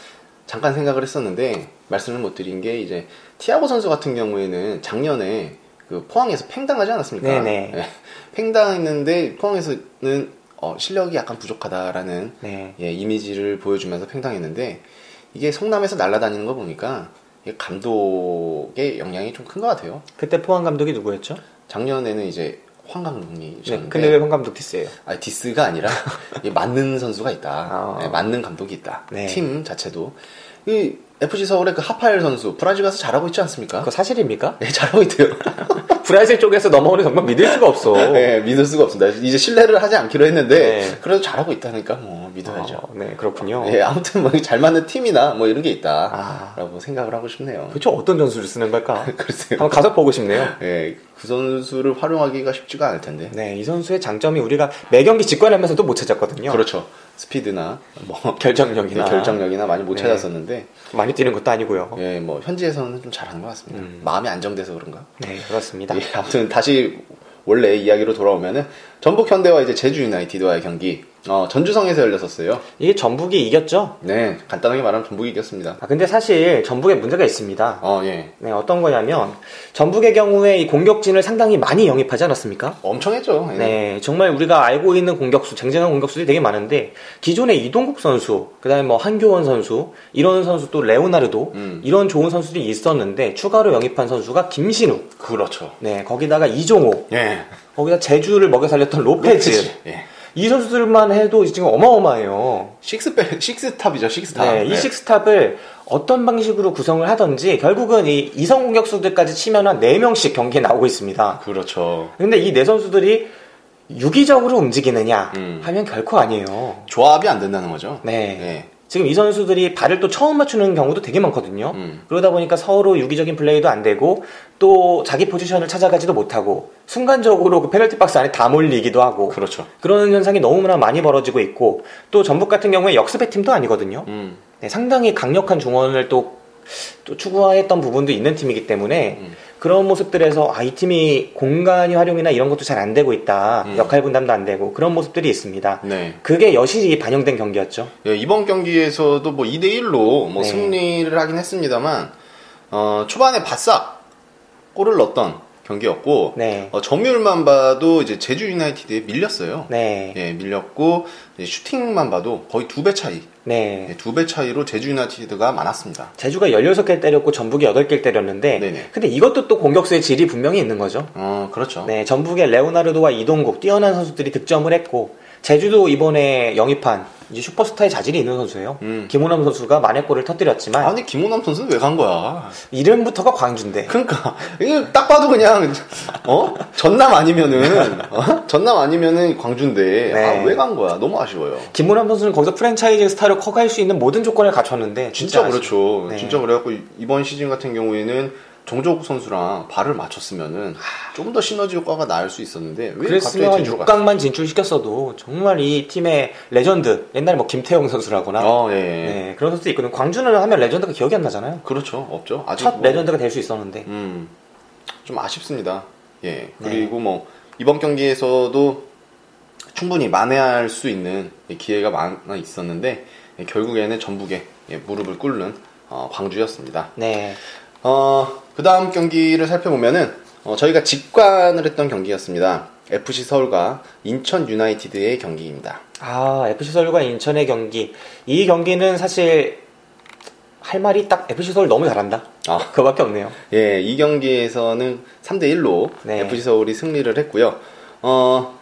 A: 잠깐 생각을 했었는데 말씀을 못 드린 게 이제 티아고 선수 같은 경우에는 작년에 그 포항에서 팽당하지 않았습니까?
B: 네네.
A: 예, 팽당했는데 포항에서는 어, 실력이 약간 부족하다라는
B: 네.
A: 예, 이미지를 보여주면서 팽당했는데 이게 성남에서 날아다니는 거 보니까 이게 감독의 영향이 좀 큰 것 같아요.
B: 그때 포항 감독이 누구였죠?
A: 네, 작년에는 이제 황강동이셨는데
B: 네. 근데 왜 황 감독 디스예요?
A: 아니, 디스가 아니라 이 맞는 선수가 있다.
B: 아.
A: 네, 맞는 감독이 있다.
B: 네.
A: 팀 자체도 이 FC 서울의 그 하파엘 선수 브라질 가서 잘하고 있지 않습니까?
B: 그거 사실입니까?
A: 네, 잘하고 있대요.
B: 브라질 쪽에서 넘어오는 정말 믿을 수가 없어.
A: 네, 믿을 수가 없습니다. 이제 신뢰를 하지 않기로 했는데
B: 네.
A: 그래도 잘하고 있다니까 뭐 믿어야죠.
B: 어, 네, 그렇군요.
A: 네, 아무튼 뭐 잘 맞는 팀이나 뭐 이런 게
B: 아. 그-
A: 있다라고 생각을 하고 싶네요.
B: 도대체 어떤 전술을 쓰는 걸까?
A: 글쎄요.
B: 한번 가서 보고 싶네요.
A: 예, 그 선수를 활용하기가 쉽지가 않을 텐데.
B: 네, 이 선수의 장점이 우리가 매 경기 직관하면서도 못 찾았거든요.
A: 그렇죠. 스피드나 뭐
B: 결정력이나.
A: 결정력이나 많이 못
B: 네.
A: 찾았었는데
B: 많이 뛰는 것도 아니고요.
A: 예, 뭐 현지에서는 좀 잘하는 것 같습니다. 마음이 안정돼서 그런가?
B: 네, 그렇습니다.
A: 예, 아무튼 다시 원래 이야기로 돌아오면은 전북 현대와 이제 제주 유나이티드와의 경기 어, 전주성에서 열렸었어요.
B: 이게 전북이 이겼죠?
A: 네, 간단하게 말하면 전북이 이겼습니다.
B: 아, 근데 사실 전북에 문제가 있습니다.
A: 어, 예.
B: 네, 어떤 거냐면 전북의 경우에 이 공격진을 상당히 많이 영입하지 않았습니까?
A: 엄청 했죠. 예.
B: 네, 정말 우리가 알고 있는 공격수, 쟁쟁한 공격수들이 되게 많은데 기존에 이동국 선수, 그다음에 뭐 한교원 선수, 이런 선수 또 레오나르도
A: 음.
B: 이런 좋은 선수들이 있었는데 추가로 영입한 선수가 김신우,
A: 그렇죠.
B: 네, 거기다가 이종호,
A: 예.
B: 거기다 제주를 먹여 살렸던 로페즈.
A: 예.
B: 이 선수들만 해도 지금 어마어마해요.
A: 식스백 식스탑이죠. 식스탑. 예.
B: 네, 이 식스탑을 어떤 방식으로 구성을 하든지 결국은 이 이성 공격수들까지 치면 한 4명씩 경기에 나오고 있습니다.
A: 그렇죠.
B: 근데 이 네 선수들이 유기적으로 움직이느냐
A: 음.
B: 하면 결코 아니에요.
A: 조합이 안 된다는 거죠.
B: 네.
A: 예.
B: 지금 이 선수들이 발을 또 처음 맞추는 경우도 되게 많거든요.
A: 음.
B: 그러다 보니까 서로 유기적인 플레이도 안 되고 또 자기 포지션을 찾아가지도 못하고 순간적으로 그 페널티 박스 안에 다 몰리기도 하고
A: 그렇죠.
B: 그런 현상이 너무나 많이 벌어지고 있고 또 전북 같은 경우에 역습의 팀도 아니거든요.
A: 음.
B: 네, 상당히 강력한 중원을 또, 또 추구했던 부분도 있는 팀이기 때문에
A: 음.
B: 그런 모습들에서 아, 이 팀이 공간이 활용이나 이런 것도 잘 안 되고 있다.
A: 음.
B: 역할 분담도 안 되고 그런 모습들이 있습니다.
A: 네.
B: 그게 여실히 반영된 경기였죠.
A: 예, 이번 경기에서도 뭐 2대 1로 뭐
B: 네.
A: 승리를 하긴 했습니다만 어, 초반에 바싹 골을 넣었던 경기였고
B: 네.
A: 어, 점유율만 봐도 이제 제주 유나이티드에 밀렸어요.
B: 네.
A: 예, 밀렸고 이제 슈팅만 봐도 거의 두 배 차이,
B: 네.
A: 예, 두배 차이로 제주 유나이티드가 많았습니다.
B: 제주가 16개를 때렸고 전북이 8개를 때렸는데
A: 네네.
B: 근데 이것도 또 공격수의 질이 분명히 있는 거죠.
A: 어, 그렇죠.
B: 네, 전북의 레오나르도와 이동국 뛰어난 선수들이 득점을 했고 제주도 이번에 영입한 이제 슈퍼스타의 자질이 있는 선수예요.
A: 음.
B: 김호남 선수가 만회골을 터뜨렸지만
A: 아니 김호남 선수는 왜 간
B: 아,
A: 거야?
B: 네. 이름부터가 광주인데
A: 그러니까 이게 딱 봐도 그냥 어 전남 아니면은 어? 전남 아니면은 광주인데
B: 네.
A: 아, 왜 간 거야? 너무 아쉬워요.
B: 김문환 선수는 거기서 프랜차이즈 스타로 커갈 수 있는 모든 조건을 갖췄는데
A: 진짜,
B: 아쉽-
A: 그렇죠.
B: 네.
A: 진짜 그래갖고 이번 시즌 같은 경우에는 정조국 선수랑 발을 맞췄으면은 조금 더 시너지 효과가 나을 수 있었는데 왜 갑자기
B: 그랬으면
A: 제주로 갔어?
B: 6강만 진출시켰어도 정말 이 팀의 레전드 옛날에 뭐 김태형 선수라거나
A: 어, 예. 예.
B: 네, 그런 선수 있거든요. 광주는 하면 레전드가 기억이 안 나잖아요.
A: 그렇죠. 없죠. 아직
B: 첫
A: 뭐-
B: 레전드가 될 수 있었는데
A: 음, 좀 아쉽습니다. 예.
B: 네.
A: 그리고 뭐, 이번 경기에서도 충분히 만회할 수 있는 기회가 많아 있었는데, 예, 결국에는 전북에 예, 무릎을 꿇는 어, 광주였습니다.
B: 네,
A: 어, 그 다음 경기를 살펴보면은, 어, 저희가 직관을 했던 경기였습니다. FC 서울과 인천 유나이티드의 경기입니다.
B: 아 FC 서울과 인천의 경기 이 경기는 사실 할 말이 딱 FC 서울 너무 잘한다.
A: 아.
B: 그거밖에 없네요.
A: 예, 이 경기에서는 3대1로
B: 네.
A: FC 서울이 승리를 했고요. 어,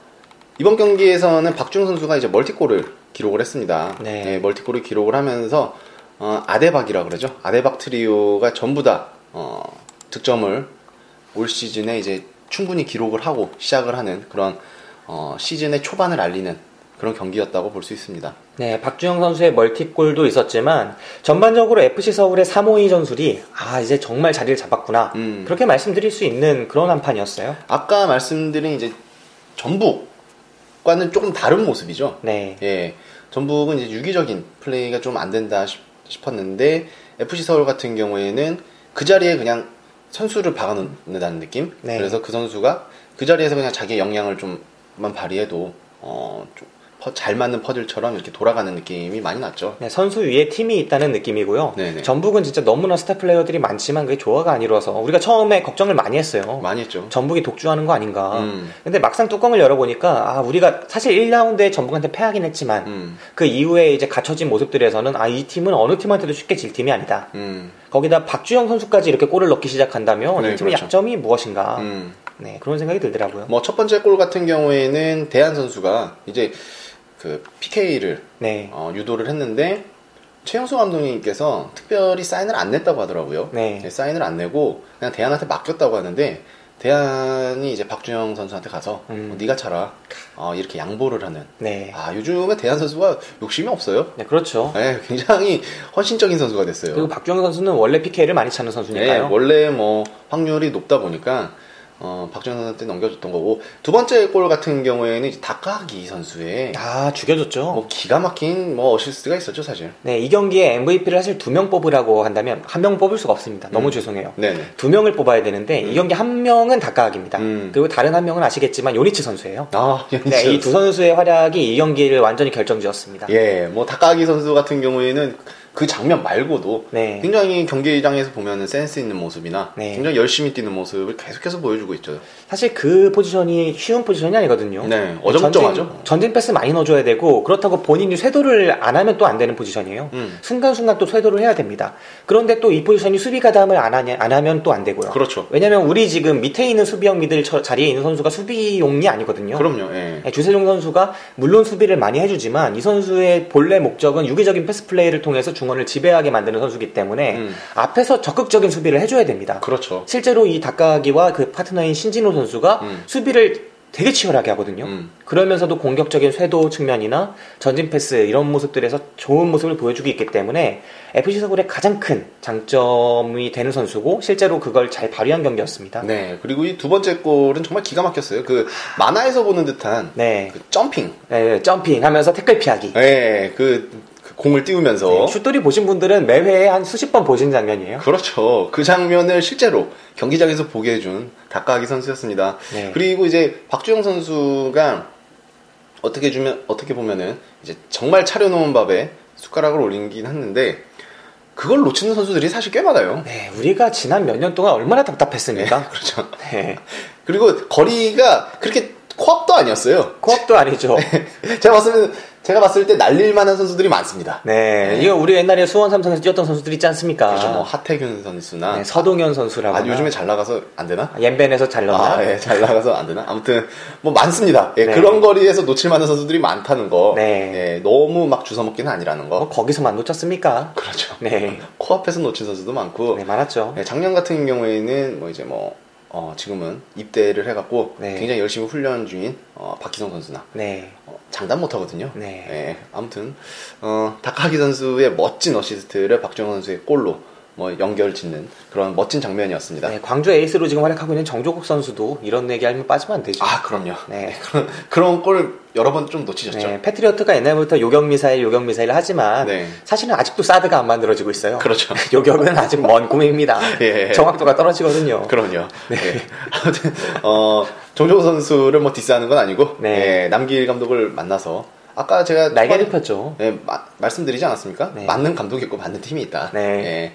A: 이번 경기에서는 박중 선수가 이제 멀티골을 기록을 했습니다.
B: 네.
A: 예, 멀티골을 기록을 하면서 어, 아데박이라고 그러죠. 아데박 트리오가 전부 다 어, 득점을 올 시즌에 이제 충분히 기록을 하고 시작을 하는 그런 어, 시즌의 초반을 알리는 그런 경기였다고 볼 수 있습니다.
B: 네, 박주영 선수의 멀티골도 있었지만 전반적으로 FC 서울의 352 전술이 아 이제 정말 자리를 잡았구나
A: 음.
B: 그렇게 말씀드릴 수 있는 그런 한 판이었어요.
A: 아까 말씀드린 이제 전북과는 조금 다른 모습이죠.
B: 네,
A: 예, 전북은 이제 유기적인 플레이가 좀 안 된다 싶, 었는데 FC 서울 같은 경우에는 그 자리에 그냥 선수를 박아놓는다는 느낌.
B: 네.
A: 그래서 그 선수가 그 자리에서 그냥 자기 의 역량을 좀만 발휘해도 어, 좀 퍼- 잘 맞는 퍼즐처럼 이렇게 돌아가는 느낌이 많이 났죠.
B: 네, 선수 위에 팀이 있다는 느낌이고요.
A: 네네.
B: 전북은 진짜 너무나 스타 플레이어들이 많지만 그게 조화가 안 이루어서 우리가 처음에 걱정을 많이 했어요.
A: 많이 했죠.
B: 전북이 독주하는 거 아닌가.
A: 음.
B: 근데 막상 뚜껑을 열어보니까 아 우리가 사실 1라운드에 전북한테 패하긴 했지만
A: 음.
B: 그 이후에 이제 갖춰진 모습들에서는 아 이 팀은 어느 팀한테도 쉽게 질 팀이 아니다.
A: 음.
B: 거기다 박주영 선수까지 이렇게 골을 넣기 시작한다면
A: 네,
B: 이 팀의
A: 그렇죠.
B: 약점이 무엇인가.
A: 음.
B: 네 그런 생각이 들더라고요.
A: 뭐 첫 번째 골 같은 경우에는 대한 선수가 이제 그 PK를
B: 네,
A: 어, 유도를 했는데 최영수 감독님께서 특별히 사인을 안 냈다고 하더라고요.
B: 네.
A: 네, 사인을 안 내고 그냥 대한한테 맡겼다고 하는데 대한이 이제 박준영 선수한테 가서
B: 음.
A: 어, 네가 차라 어, 이렇게 양보를 하는.
B: 네,
A: 아 요즘에 대한 선수가 욕심이 없어요.
B: 네 그렇죠.
A: 네, 굉장히 헌신적인 선수가 됐어요.
B: 그리고 박주영 선수는 원래 PK를 많이 차는
A: 네,
B: 선수니까요.
A: 원래 뭐 확률이 높다 보니까 어, 박준영 선수한테 넘겨줬던 거고 두 번째 골 같은 경우에는 이제 다카기 선수의
B: 아 죽여줬죠.
A: 뭐 기가 막힌 뭐 어시스트가 있었죠 사실.
B: 네, 이 경기에 MVP를 사실 두 명 뽑으라고 한다면 한 명 뽑을 수가 없습니다.
A: 음.
B: 너무 죄송해요.
A: 네네.
B: 두 명을 뽑아야 되는데 이 경기 한 명은 다카학입니다.
A: 음.
B: 그리고 다른 한 명은 아시겠지만 요니치 선수예요.
A: 아,
B: 네, 이 두 선수의 활약이 이 경기를 완전히 결정지었습니다.
A: 예, 뭐 다카기 선수 같은 경우에는 그 장면 말고도
B: 네.
A: 굉장히 경기장에서 보면 센스 있는 모습이나
B: 네.
A: 굉장히 열심히 뛰는 모습을 계속해서 보여주고 있죠.
B: 사실 그 포지션이 쉬운 포지션이 아니거든요.
A: 네, 어정쩡하죠.
B: 전진, 전진 패스 많이 넣어줘야 되고 그렇다고 본인이 쇄도를 안 하면 또 안 되는 포지션이에요.
A: 음.
B: 순간순간 또 쇄도를 해야 됩니다. 그런데 또 이 포지션이 수비 가담을 안, 하냐, 안 하면 또 안 되고요.
A: 그렇죠.
B: 왜냐면 우리 지금 밑에 있는 수비형 미들 처- 자리에 있는 선수가 수비용이 아니거든요.
A: 그럼요. 예.
B: 네, 주세종 선수가 물론 수비를 많이 해주지만 이 선수의 본래 목적은 유기적인 패스 플레이를 통해서 중원을 지배하게 만드는 선수이기 때문에
A: 음.
B: 앞에서 적극적인 수비를 해줘야 됩니다.
A: 그렇죠.
B: 실제로 이 닭가기와 그 파트너인 신진호 선수가
A: 음.
B: 수비를 되게 치열하게 하거든요.
A: 음.
B: 그러면서도 공격적인 쇄도 측면이나 전진 패스 이런 모습들에서 좋은 모습을 보여주고 있기 때문에 FC 서울의 가장 큰 장점이 되는 선수고 실제로 그걸 잘 발휘한 경기였습니다.
A: 네. 그리고 이 두 번째 골은 정말 기가 막혔어요. 그 만화에서 보는 듯한
B: 네.
A: 그 점핑.
B: 네, 점핑하면서 태클 피하기.
A: 예. 그, 그 공을 띄우면서
B: 네, 슛돌이 보신 분들은 매회에 한 수십 번 보신 장면이에요.
A: 그렇죠. 그 장면을 실제로 경기장에서 보게 해준 닭가기 선수였습니다.
B: 네.
A: 그리고 이제 박주영 선수가 어떻게 주면 어떻게 보면은 이제 정말 차려놓은 밥에 숟가락을 올리긴 했는데 그걸 놓치는 선수들이 사실 꽤 많아요.
B: 네, 우리가 지난 몇 년 동안 얼마나 답답했습니까?
A: 그렇죠.
B: 네.
A: 그리고 거리가 그렇게 코앞도 아니었어요.
B: 코업도 아니죠.
A: 제가 봤을 때 제가 봤을 때 날릴 만한 선수들이 많습니다.
B: 네, 이거 우리 옛날에 수원 삼성에서 뛰었던 선수들 있지 않습니까?
A: 그렇죠. 뭐 하태균 선수나
B: 아. 네, 서동현 선수라고.
A: 아, 요즘에 잘 나가서 안 되나?
B: 옌벤에서 잘 넣나?
A: 아, 예, 잘 나가서 안 되나? 아무튼, 뭐, 많습니다. 예,
B: 네.
A: 그런 거리에서 놓칠 만한 선수들이 많다는 거.
B: 네.
A: 예, 너무 막 주워먹기는 아니라는 거.
B: 어, 거기서만 놓쳤습니까?
A: 그렇죠.
B: 네.
A: 코앞에서 놓친 선수도 많고.
B: 네, 많았죠.
A: 예, 작년 같은 경우에는, 뭐, 이제 뭐, 어, 지금은 입대를 해갖고,
B: 네.
A: 굉장히 열심히 훈련 중인, 어, 박희성 선수나,
B: 네.
A: 어, 장담 못하거든요.
B: 네.
A: 예, 아무튼, 어, 닭하기 선수의 멋진 어시스트를 박정호 선수의 골로, 뭐, 연결 짓는 그런 멋진 장면이었습니다.
B: 네, 광주 에이스로 지금 활약하고 있는 정조국 선수도 이런 얘기하면 빠지면 안 되죠.
A: 아, 그럼요.
B: 네.
A: 그런, 그런 골 여러 번 좀 놓치셨죠.
B: 네, 패트리어트가 옛날부터 요격미사일, 요격미사일 하지만
A: 그렇죠. 네.
B: 사실은 아직도 사드가 안 만들어지고 있어요.
A: 그렇죠.
B: 요격은 아직 먼 꿈입니다.
A: 예.
B: 정확도가 떨어지거든요.
A: 그럼요.
B: 네.
A: 예. 아무튼 어 정종호 선수를 뭐 디스하는 건 아니고
B: 네.
A: 예, 남길 감독을 만나서 아까 제가
B: 날개를
A: 초반에-
B: 폈죠.
A: 예, 마- 말씀드리지 않았습니까?
B: 네.
A: 맞는 감독이 있고 맞는 팀이 있다.
B: 네.
A: 예,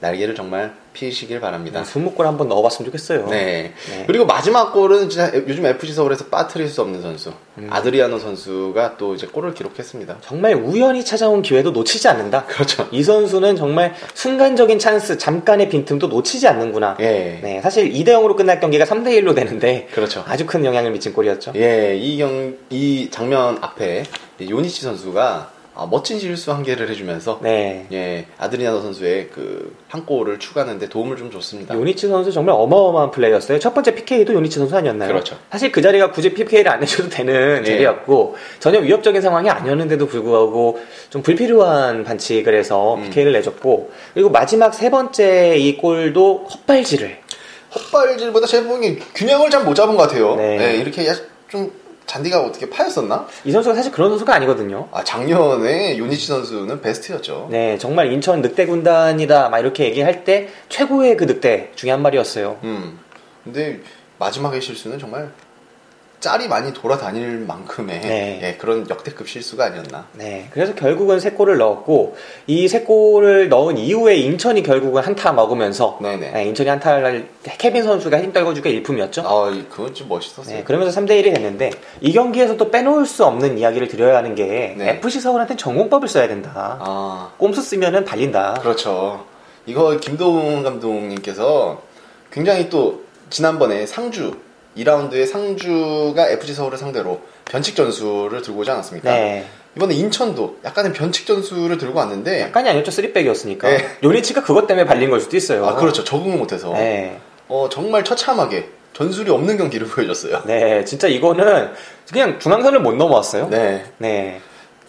A: 날개를 정말 피시길 바랍니다.
B: 스무골 한번 넣어봤으면 좋겠어요.
A: 네.
B: 네.
A: 그리고 마지막 골은 진짜 요즘 FC 서울에서 빠뜨릴 수 없는 선수
B: 음.
A: 아드리아노 선수가 또 이제 골을 기록했습니다.
B: 정말 우연히 찾아온 기회도 놓치지 않는다.
A: 그렇죠.
B: 이 선수는 정말 순간적인 찬스, 잠깐의 빈틈도 놓치지 않는구나.
A: 예.
B: 네, 사실 2대 0으로 끝날 경기가 3대 1로 되는데
A: 그렇죠.
B: 아주 큰 영향을 미친 골이었죠.
A: 예, 이 경, 이 장면 앞에 요니치 선수가 아, 멋진 실수 한 개를 해주면서
B: 네.
A: 예, 아드리아노 선수의 그 한 골을 추가하는데 도움을 좀 줬습니다.
B: 요니치 선수 정말 어마어마한 플레이였어요. 첫 번째 PK도 요니치 선수 아니었나요?
A: 그렇죠.
B: 사실 그 자리가 굳이 PK를 안 해줘도 되는
A: 예.
B: 자리였고 전혀 위협적인 상황이 아니었는데도 불구하고 좀 불필요한 반칙을 해서
A: 음.
B: PK를 내줬고 그리고 마지막 세 번째 이 골도 헛발질을
A: 헛발질보다 제목이 균형을 잘 못 잡은 것 같아요.
B: 네.
A: 예, 이렇게 야- 좀 잔디가 어떻게 파였었나?
B: 이 선수가 사실 그런 선수가 아니거든요.
A: 아, 작년에 요니치 선수는 베스트였죠.
B: 네, 정말 인천 늑대 군단이다 막 이렇게 얘기할 때 최고의 그 늑대 중에 한 마리였어요.
A: 음. 근데 마지막의 실수는 정말 짤이 많이 돌아다닐 만큼의
B: 네.
A: 예, 그런 역대급 실수가 아니었나.
B: 네, 그래서 결국은 세 골을 넣었고 이 세 골을 넣은 이후에 인천이 결국은 한타 먹으면서
A: 네네.
B: 네, 인천이 한타를 케빈 선수가 힘 떨궈주기가 일품이었죠.
A: 아, 이- 그건 좀 멋있었어요.
B: 네, 그러면서 3대 1이 됐는데 이 경기에서 또 빼놓을 수 없는 이야기를 드려야 하는 게
A: 네.
B: FC 서울한테 전공법을 써야 된다.
A: 아,
B: 꼼수 쓰면은 발린다.
A: 그렇죠. 이거 김도훈 감독님께서 굉장히 또 지난번에 상주 2라운드에 상주가 FC 서울을 상대로 변칙 전술을 들고 오지 않았습니까?
B: 네.
A: 이번에 인천도 약간의 변칙 전술을 들고 왔는데
B: 약간이 아니었죠. 3백이었으니까.
A: 네.
B: 요니치가 그것 때문에 발린 걸 수도 있어요.
A: 아 그렇죠 적응을 못해서
B: 네.
A: 어, 정말 처참하게 전술이 없는 경기를 보여줬어요.
B: 네, 진짜 이거는 그냥 중앙선을 못 넘어왔어요.
A: 네
B: 네.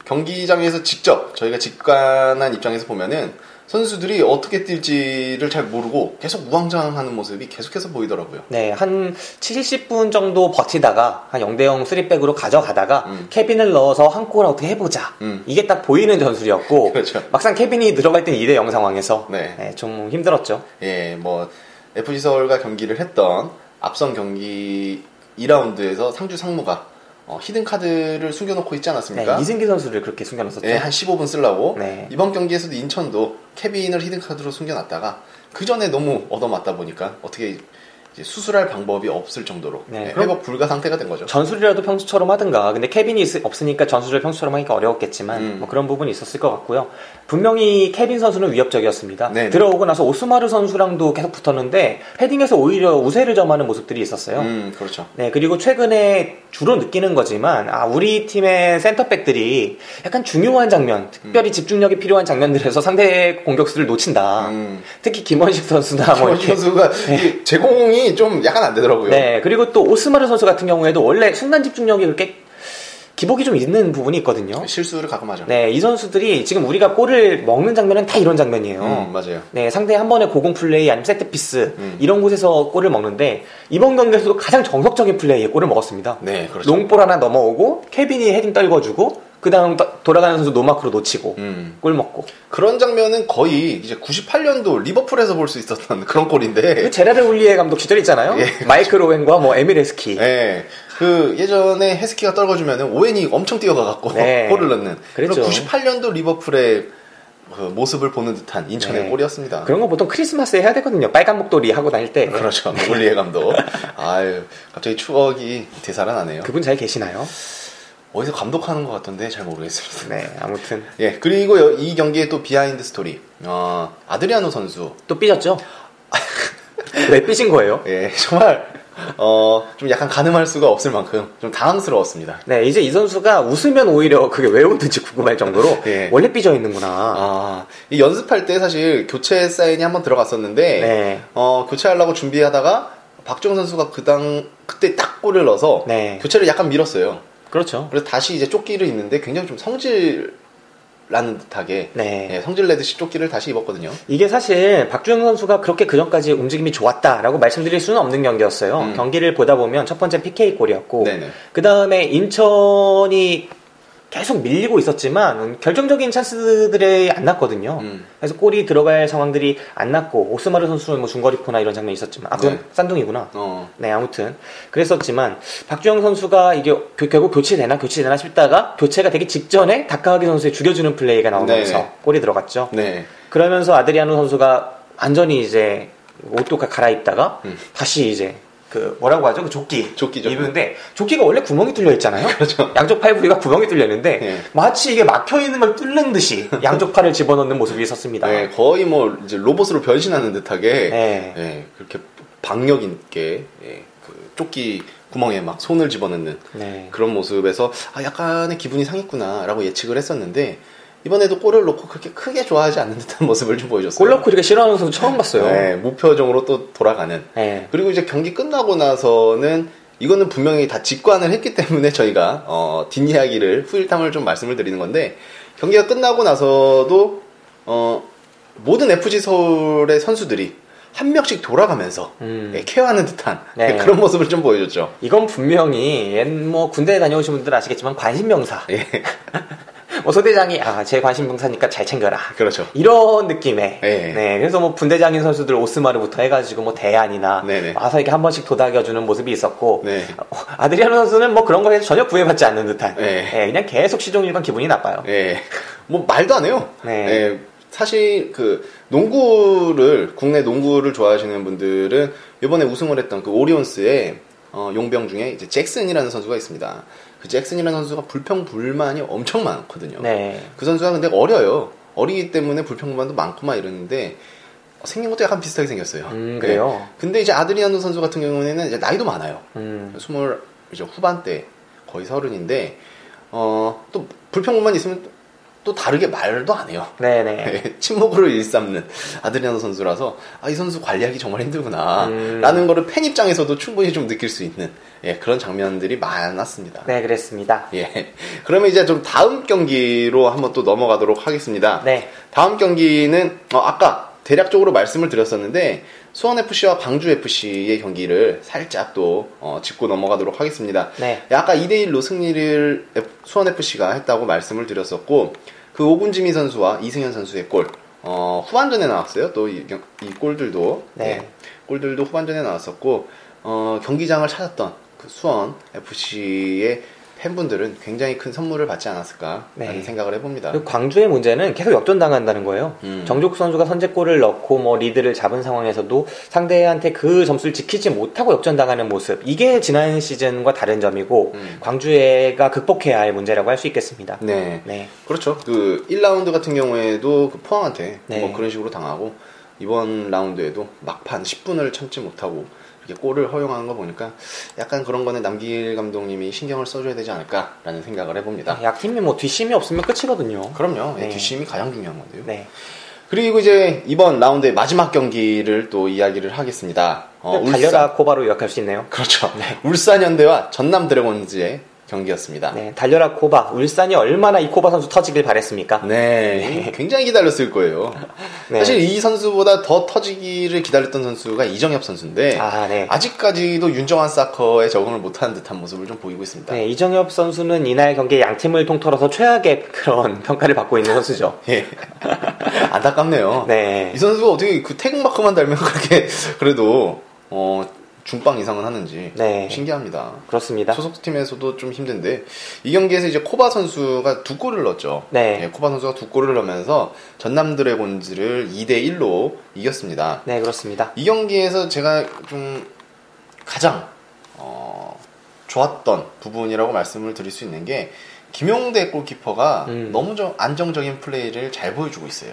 A: 경기장에서 직접 저희가 직관한 입장에서 보면은 선수들이 어떻게 뛸지를 잘 모르고 계속 우왕좌왕하는 모습이 계속해서 보이더라고요.
B: 네, 한 70분 정도 버티다가 한 0대0 3백으로 가져가다가
A: 음.
B: 케빈을 넣어서 한 골아웃 해보자.
A: 음.
B: 이게 딱 보이는 전술이었고
A: 그렇죠.
B: 막상 케빈이 들어갈 땐 2대0 상황에서
A: 네.
B: 네, 좀 힘들었죠.
A: 예, 뭐 FC 서울과 경기를 했던 앞선 경기 2라운드에서 상주 상무가 어, 히든 카드를 숨겨놓고 있지
B: 네,
A: 않았습니까?
B: 이승기 선수를 그렇게 숨겨놨었죠.
A: 그러니까? 예, 한 15분 쓰려고
B: 네.
A: 이번 경기에서도 인천도 케빈을 히든 카드로 숨겨놨다가 그 전에 너무 얻어맞다 보니까 어떻게 이제 수술할 방법이 없을 정도로
B: 네,
A: 예,
B: 그럼-
A: 회복 불가 상태가 된 거죠.
B: 전술이라도 평소처럼 하든가. 근데 케빈이 있- 없으니까 전술을 평소처럼 하기가 어려웠겠지만
A: 음.
B: 뭐 그런 부분이 있었을 것 같고요. 분명히 케빈 선수는 위협적이었습니다.
A: 네네.
B: 들어오고 나서 오스마르 선수랑도 계속 붙었는데 헤딩에서 오히려 우세를 점하는 모습들이 있었어요.
A: 음, 그렇죠.
B: 네, 그리고 최근에 주로 느끼는 거지만, 아, 우리 팀의 센터백들이 약간 중요한 장면,
A: 음.
B: 특별히 집중력이 필요한 장면들에서 상대 공격수를 놓친다.
A: 음.
B: 특히 김원식 선수나 아, 뭐
A: 김원희
B: 이렇게.
A: 선수가 이 제공이 좀 약간 안 되더라고요.
B: 네, 그리고 또 오스마르 선수 같은 경우에도 원래 순간 집중력이 그렇게 기복이 좀 있는 부분이 있거든요.
A: 실수를 가끔 하죠.
B: 네, 이 선수들이 지금 우리가 골을 먹는 장면은 다 이런 장면이에요.
A: 음, 맞아요.
B: 네, 상대 한 번의 고공 플레이 아니면 세트 피스
A: 음.
B: 이런 곳에서 골을 먹는데 이번 경기에서도 가장 정석적인 플레이에 골을 먹었습니다.
A: 네, 그렇죠.
B: 롱볼 하나 넘어오고 케빈이 헤딩 떨궈주고 그 다음 돌아가는 선수 노마크로 놓치고
A: 음.
B: 골 먹고
A: 그런 장면은 거의 이제 98년도 리버풀에서 볼 수 있었던 그런
B: 그
A: 골인데.
B: 제라르 울리에 감독 시절 있잖아요.
A: 예.
B: 마이크 로웬과 뭐 에미레스키.
A: 예. 그 예전에 헤스키가 떨궈주면 오웬이 엄청 뛰어가갖고
B: 네.
A: 골을 넣는 그런
B: 그랬죠.
A: 98년도 리버풀의 그 모습을 보는 듯한 인천의
B: 네.
A: 골이었습니다.
B: 그런 거 보통 크리스마스에 해야 되거든요. 빨간 목도리 하고 다닐 때.
A: 그렇죠.
B: 네.
A: 울리의 감독. 아유, 갑자기 추억이 되살아나네요.
B: 그분 잘 계시나요?
A: 어디서 감독하는 것 같던데 잘 모르겠습니다.
B: 네, 아무튼
A: 예, 그리고 여- 이 경기에 또 비하인드 스토리. 어, 아드리아노 선수.
B: 또 삐졌죠? 왜 삐진 거예요?
A: 예, 정말, 어, 좀 약간 가늠할 수가 없을 만큼 좀 당황스러웠습니다.
B: 네, 이제 이 선수가 웃으면 오히려 그게 왜 웃는지 궁금할 정도로
A: 예.
B: 원래 삐져 있는구나.
A: 아, 이 연습할 때 사실 교체 사인이 한번 들어갔었는데,
B: 네.
A: 어, 교체하려고 준비하다가 박정 선수가 그 당, 그때 딱 골을 넣어서
B: 네.
A: 교체를 약간 밀었어요.
B: 그렇죠.
A: 그래서 다시 이제 조끼를 입는데 굉장히 좀 성질 나는 듯하게
B: 네.
A: 예, 성질 내듯이 조끼를 다시 입었거든요.
B: 이게 사실 박주영 선수가 그렇게 그전까지 움직임이 좋았다라고 말씀드릴 수는 없는 경기였어요.
A: 음.
B: 경기를 보다 보면 첫 번째 PK 골이었고
A: 네네.
B: 그 다음에 인천이 계속 밀리고 있었지만 결정적인 찬스들이 안 났거든요.
A: 음.
B: 그래서 골이 들어갈 상황들이 안 났고 오스마르 선수는 뭐 중거리 포나 이런 장면이 있었지만 아 그건
A: 네.
B: 쌍둥이구나.
A: 어,
B: 네, 아무튼 그랬었지만 박주영 선수가 이게 교- 결국 교체되나 교체되나 싶다가 교체가 되기 직전에 다카하기 선수의 죽여주는 플레이가 나오면서
A: 네.
B: 골이 들어갔죠.
A: 네.
B: 그러면서 아드리아노 선수가 완전히 이제 옷도 가- 갈아입다가
A: 음.
B: 다시 이제 그 뭐라고 하죠? 그 조끼.
A: 조끼죠.
B: 입은데 조끼가 원래 구멍이 뚫려 있잖아요.
A: 그렇죠.
B: 양쪽 팔 부위가 구멍이 뚫려 있는데
A: 예.
B: 마치 이게 막혀 있는 걸 뚫는 듯이 양쪽 팔을 집어넣는 모습이 있었습니다.
A: 네, 거의 뭐 이제 로봇으로 변신하는 듯하게
B: 네.
A: 예, 그렇게 박력 있게 예, 그 조끼 구멍에 막 손을 집어넣는
B: 네.
A: 그런 모습에서 아, 약간의 기분이 상했구나라고 예측을 했었는데 이번에도 골을 넣고 그렇게 크게 좋아하지 않는 듯한 모습을 좀 보여줬어요.
B: 골 넣고 이렇게 싫어하는 선수 처음 봤어요.
A: 네, 무표정으로 또 돌아가는.
B: 네.
A: 그리고 이제 경기 끝나고 나서는 이거는 분명히 다 직관을 했기 때문에 저희가 어, 뒷이야기를 후일담을 좀 말씀을 드리는 건데 경기가 끝나고 나서도 어, 모든 FG 서울의 선수들이 한 명씩 돌아가면서
B: 음.
A: 예, 케어하는 듯한
B: 네.
A: 예, 그런 모습을 좀 보여줬죠.
B: 이건 분명히 옛 뭐 군대 다녀오신 분들 아시겠지만 관심명사.
A: 예.
B: 뭐 소대장이 아, 제 관심 봉사니까 잘 챙겨라.
A: 그렇죠.
B: 이런 느낌의
A: 예.
B: 네, 그래서 뭐 분대장인 선수들 오스마르부터 해가지고 뭐 대안이나
A: 네네.
B: 와서 이렇게 한 번씩 도닥여주는 모습이 있었고
A: 네.
B: 어, 아드리아노 선수는 뭐 그런 거에 전혀 구애받지 않는 듯한
A: 예.
B: 예, 그냥 계속 시종일관 기분이 나빠요.
A: 예. 뭐 말도 안 해요.
B: 네.
A: 예. 사실 그 농구를 국내 농구를 좋아하시는 분들은 이번에 우승을 했던 그 오리온스의 어, 용병 중에 이제 잭슨이라는 선수가 있습니다. 그 잭슨이라는 선수가 불평 불만이 엄청 많거든요.
B: 네.
A: 그 선수가 근데 어려요. 어리기 때문에 불평불만도 많고 막 이러는데 생긴 것도 약간 비슷하게 생겼어요.
B: 음, 그래요?
A: 예. 근데 이제 아드리아노 선수 같은 경우에는 이제 나이도 많아요.
B: 음,
A: 스물 이제 후반대 거의 서른인데 어, 또 불평만 있으면 또- 또 다르게 말도 안 해요.
B: 네네.
A: 침묵으로 일삼는 아드리아노 선수라서 아, 이 선수 관리하기 정말 힘들구나
B: 음.
A: 라는 거를 팬 입장에서도 충분히 좀 느낄 수 있는 예, 그런 장면들이 많았습니다.
B: 네, 그랬습니다.
A: 예. 그러면 이제 좀 다음 경기로 한번 또 넘어가도록 하겠습니다.
B: 네.
A: 다음 경기는 어, 아까 대략적으로 말씀을 드렸었는데 수원 FC와 광주 FC의 경기를 살짝 또 어, 짚고 넘어가도록 하겠습니다.
B: 네.
A: 예, 아까 2대 1로 승리를 F- 수원 FC가 했다고 말씀을 드렸었고 그 오군지미 선수와 이승현 선수의 골 어, 후반전에 나왔어요. 또 이 골들도
B: 네.
A: 예, 골들도 후반전에 나왔었고 어, 경기장을 찾았던 그 수원 FC의 팬분들은 굉장히 큰 선물을 받지 않았을까라는
B: 네.
A: 생각을 해봅니다.
B: 그리고 광주의 문제는 계속 역전당한다는 거예요.
A: 그러니까. 음.
B: 정종국 선수가 선제골을 넣고 뭐 리드를 잡은 상황에서도 상대한테 그 점수를 지키지 못하고 역전당하는 모습. 이게 지난 시즌과 다른 점이고
A: 음.
B: 광주가 극복해야 할 문제라고 할 수 있겠습니다.
A: 네.
B: 네.
A: 그렇죠. 그 1라운드 같은 경우에도 그 포항한테
B: 네.
A: 뭐 그런 식으로 당하고 이번 라운드에도 막판 10분을 참지 못하고 이렇게 골을 허용하는 거 보니까 약간 그런 거는 남길 감독님이 신경을 써줘야 되지 않을까라는 생각을 해봅니다.
B: 약팀이 뭐 뒷심이 없으면 끝이거든요.
A: 그럼요. 예,
B: 네.
A: 뒷심이 가장 중요한 건데요.
B: 네.
A: 그리고 이제 이번 라운드의 마지막 경기를 또 이야기를 하겠습니다. 어,
B: 네, 달려라 코바로 요약할 수 있네요.
A: 그렇죠. 울산 현대와 전남 드래곤즈의 경기였습니다.
B: 네, 달려라 코바. 울산이 얼마나 이 코바 선수 터지길 바랬습니까?
A: 네, 굉장히 기다렸을 거예요.
B: 네.
A: 사실 이 선수보다 더 터지기를 기다렸던 선수가 이정엽 선수인데
B: 아, 네.
A: 아, 직까지도 윤정환 사커에 적응을 못하는 듯한 모습을 좀 보이고 있습니다.
B: 네, 이정엽 선수는 이날 경기에 양 팀을 통틀어서 최악의 그런 평가를 받고 있는 선수죠.
A: 예. 안타깝네요.
B: 네.
A: 이 선수가 어떻게 그 태극마크만 달면 그렇게 그래도 어, 중빵 이상은 하는지
B: 네.
A: 신기합니다.
B: 그렇습니다.
A: 소속팀에서도 좀 힘든데 이 경기에서 이제 코바 선수가 두 골을 넣었죠.
B: 네.
A: 예, 코바 선수가 두 골을 넣으면서 전남 드래곤즈를 2대 1로 이겼습니다.
B: 네, 그렇습니다.
A: 이 경기에서 제가 좀 가장 어, 좋았던 부분이라고 말씀을 드릴 수 있는 게 김용대 골키퍼가
B: 음.
A: 너무 좀 안정적인 플레이를 잘 보여주고 있어요.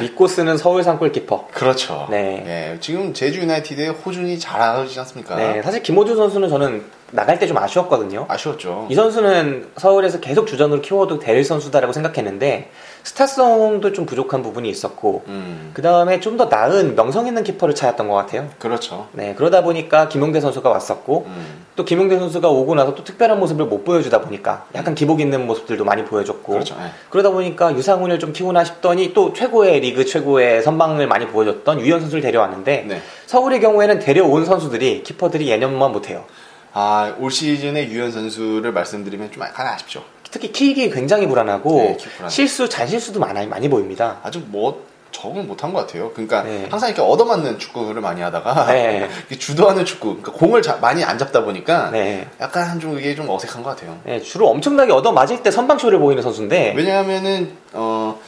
B: 믿고 쓰는 서울산 골키퍼.
A: 그렇죠.
B: 네.
A: 예, 지금 제주 유나이티드의 호준이 잘하지 않습니까?
B: 네, 사실 김호준 선수는 저는 나갈 때 좀 아쉬웠거든요.
A: 그러니까? 아쉬웠죠.
B: 이 선수는 서울에서 계속 주전으로 키워도 될 선수다라고 생각했는데 스타성도 좀 부족한 부분이 있었고
A: 음,
B: 그 다음에 좀 더 나은 명성 있는 키퍼를 찾았던 것 같아요.
A: 그렇죠.
B: 네, 그러다 보니까 김용대 선수가 왔었고
A: 음,
B: 또 김용대 선수가 오고 나서 또 특별한 모습을 못 보여주다 보니까 약간 기복 있는 모습들도 많이 보여줬고
A: 음. 그렇죠. 예.
B: 그러다 보니까 유상훈을 좀 키우나 싶더니 또 최고의 리그 최고의 선방을 많이 보여줬던 유현 선수를 데려왔는데
A: 네.
B: 서울의 경우에는 데려온 선수들이 키퍼들이 예년만 못해요.
A: 아, 올 시즌에 유현 선수를 말씀드리면 좀 약간 아쉽죠.
B: 특히 킥이 굉장히 불안하고
A: 네, 킥 불안해요.
B: 실수 잔실수도 많이 많이 보입니다.
A: 아주 뭐 적응 못한 것 같아요. 그러니까
B: 네.
A: 항상 이렇게 얻어맞는 축구를 많이 하다가
B: 네.
A: 이렇게 주도하는 축구, 그러니까 공을 자- 많이 안 잡다 보니까
B: 네.
A: 약간 좀 이게 좀 어색한 것 같아요.
B: 네, 주로 엄청나게 얻어 맞을 때 선방쇼를 보이는 선수인데
A: 왜냐하면은 어,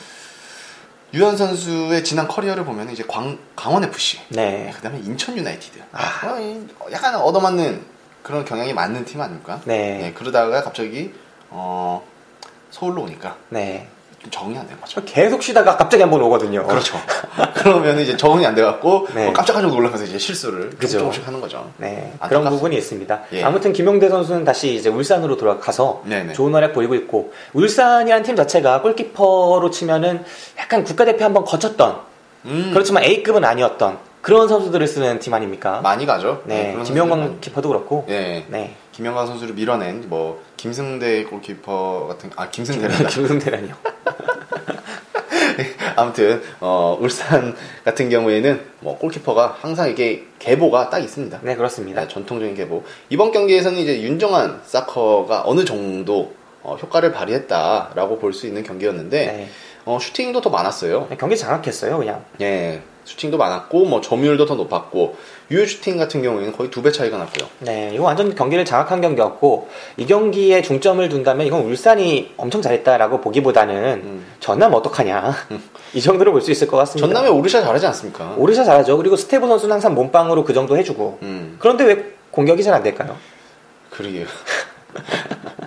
A: 유현 선수의 지난 커리어를 보면 이제 광, 강원 FC,
B: 네.
A: 그다음에 인천 유나이티드,
B: 아.
A: 어, 이- 약간 얻어맞는 그런 경향이 맞는 팀 아닙니까?
B: 네.
A: 그러다가 갑자기 어, 서울로 오니까
B: 네.
A: 좀 적응이 안 된 거죠.
B: 계속 쉬다가 갑자기 한 번 오거든요.
A: 그렇죠. 그러면 이제 적응이 안 돼갖고
B: 어. 네.
A: 뭐 깜짝깜짝 놀라면서 이제 실수를
B: 그죠.
A: 조금씩 하는 거죠.
B: 네,
A: 안타깝습니다.
B: 그런 부분이 있습니다.
A: 예.
B: 아무튼 김용대 선수는 다시 이제 울산으로 돌아가서
A: 네네.
B: 좋은 활약 보이고 있고 울산이라는 팀 자체가 골키퍼로 치면은 약간 국가대표 한번 거쳤던
A: 음,
B: 그렇지만 A급은 아니었던 그런 선수들을 쓰는 팀 아닙니까?
A: 많이 가죠.
B: 네,
A: 그런
B: 김영광
A: 선수들이 많이-
B: 키퍼도 그렇고
A: 예.
B: 네,
A: 김영광 선수를 밀어낸 뭐 김승대 골키퍼 같은 아 김승대
B: 김승대라니요.
A: 아무튼 어, 울산 같은 경우에는 뭐 골키퍼가 항상 이게 계보가 딱 있습니다.
B: 네, 그렇습니다.
A: 네, 전통적인 계보. 이번 경기에서는 이제 윤정한 사커가 어느 정도 어, 효과를 발휘했다라고 볼 수 있는 경기였는데 어, 슈팅도 더 많았어요.
B: 네. 경기 장악했어요, 그냥.
A: 예, 슈팅도 많았고 뭐 점유율도 더 높았고 유효 슈팅 같은 경우에는 거의 두 배 차이가 났고요.
B: 네, 이거 완전 경기를 장악한 경기였고 이 경기에 중점을 둔다면 이건 울산이 엄청 잘했다라고 보기보다는 전남 어떡하냐 이 정도로 볼 수 있을 것 같습니다.
A: 음. 전남이 오르샤 잘하지 않습니까?
B: 오르샤 잘하죠. 그리고 스테보 선수는 항상 몸빵으로 그 정도 해주고.
A: 음,
B: 그런데 왜 공격이 잘 안 될까요?
A: 그러게요.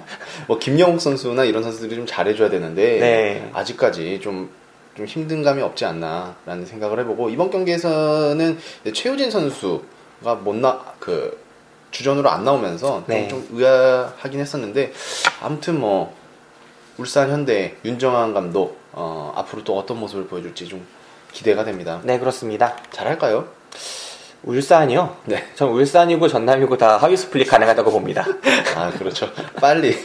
A: 뭐 김영욱 선수나 이런 선수들이 좀 잘해줘야 되는데
B: 네.
A: 아직까지 좀. 좀 힘든 감이 없지 않나라는 생각을 해보고 이번 경기에서는 이제 최우진 선수가 못나그 주전으로 안 나오면서 좀-
B: 네.
A: 좀 의아하긴 했었는데 아무튼 뭐 울산 현대 윤정환 감독 어, 앞으로 또 어떤 모습을 보여줄지 좀 기대가 됩니다.
B: 네, 그렇습니다.
A: 잘할까요?
B: 울산이요.
A: 네.
B: 전 울산이고 전남이고 다 하위 스플릿 가능하다고 봅니다.
A: 아 그렇죠. 빨리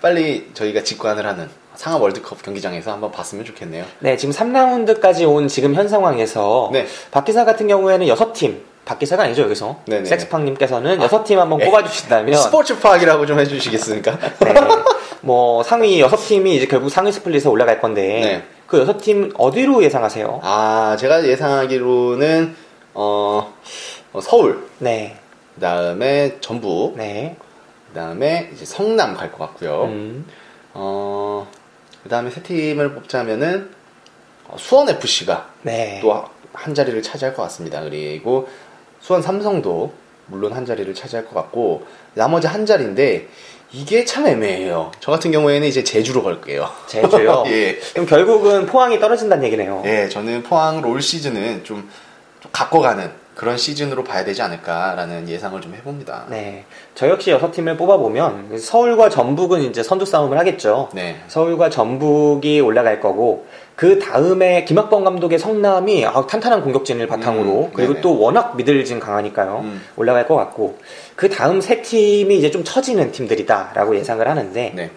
A: 빨리 저희가 직관을 하는 상하 월드컵 경기장에서 한번 봤으면 좋겠네요.
B: 네, 지금 3라운드까지 온 지금 현 상황에서
A: 네.
B: 박기사 같은 경우에는 6팀, 박기사가 아니죠, 여기서.
A: 네네.
B: 섹스팡님께서는 6팀 한번
A: 예.
B: 뽑아주신다면.
A: 스포츠 파악이라고 좀 해주시겠습니까?
B: 네. 뭐 상위 6팀이 이제 결국 상위 스플릿에 올라갈 건데
A: 네.
B: 그 6팀 어디로 예상하세요?
A: 아 제가 예상하기로는 어, 어, 서울
B: 네.
A: 그다음에 전북
B: 네.
A: 그다음에 이제 성남 갈 것 같고요.
B: 음.
A: 어, 그 다음에 세 팀을 뽑자면은 어, 수원 FC가
B: 네.
A: 또 한 자리를 차지할 것 같습니다. 그리고 수원 삼성도 물론 한 자리를 차지할 것 같고 나머지 한 자리인데 이게 참 애매해요. 저 같은 경우에는 이제 제주로 갈게요.
B: 제주요.
A: 예.
B: 그럼 결국은 포항이 떨어진다는 얘기네요.
A: 예, 저는 포항 롤 시즌은 좀, 좀 갖고 가는 그런 시즌으로 봐야 되지 않을까라는 예상을 좀 해봅니다.
B: 네. 저 역시 6팀을
A: 음.
B: 뽑아보면 서울과 전북은 이제 선두 싸움을 하겠죠.
A: 네.
B: 서울과 전북이 올라갈 거고 그 다음에 김학범 감독의 성남이 아, 탄탄한 공격진을 바탕으로
A: 음,
B: 그리고
A: 네네.
B: 또 워낙 미들진 강하니까요
A: 음.
B: 올라갈 것 같고 그 다음 세 팀이 이제 좀 처지는 팀들이다라고 예상을 하는데
A: 네.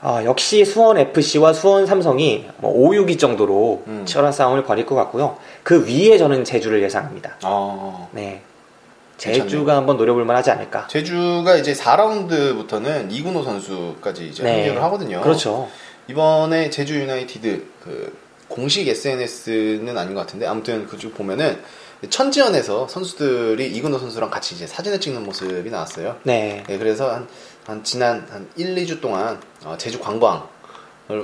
B: 아, 역시 수원 FC와 수원 삼성이 뭐 5, 6위 정도로
A: 음.
B: 치열한 싸움을 벌일 것 같고요 그 위에 저는 제주를 예상합니다.
A: 어,
B: 네
A: 괜찮네요.
B: 제주가 한번 노려볼 만하지 않을까.
A: 제주가 이제 4라운드부터는 이군호 선수까지 이제 합류를 하거든요.
B: 네. 그렇죠.
A: 이번에 제주 유나이티드 그 공식 SNS는 아닌 것 같은데 아무튼 그쪽 보면은 천지연에서 선수들이 이근호 선수랑 같이 이제 사진을 찍는 모습이 나왔어요.
B: 네.
A: 예, 그래서 한, 한 지난 한 1, 2주 동안 어, 제주 관광을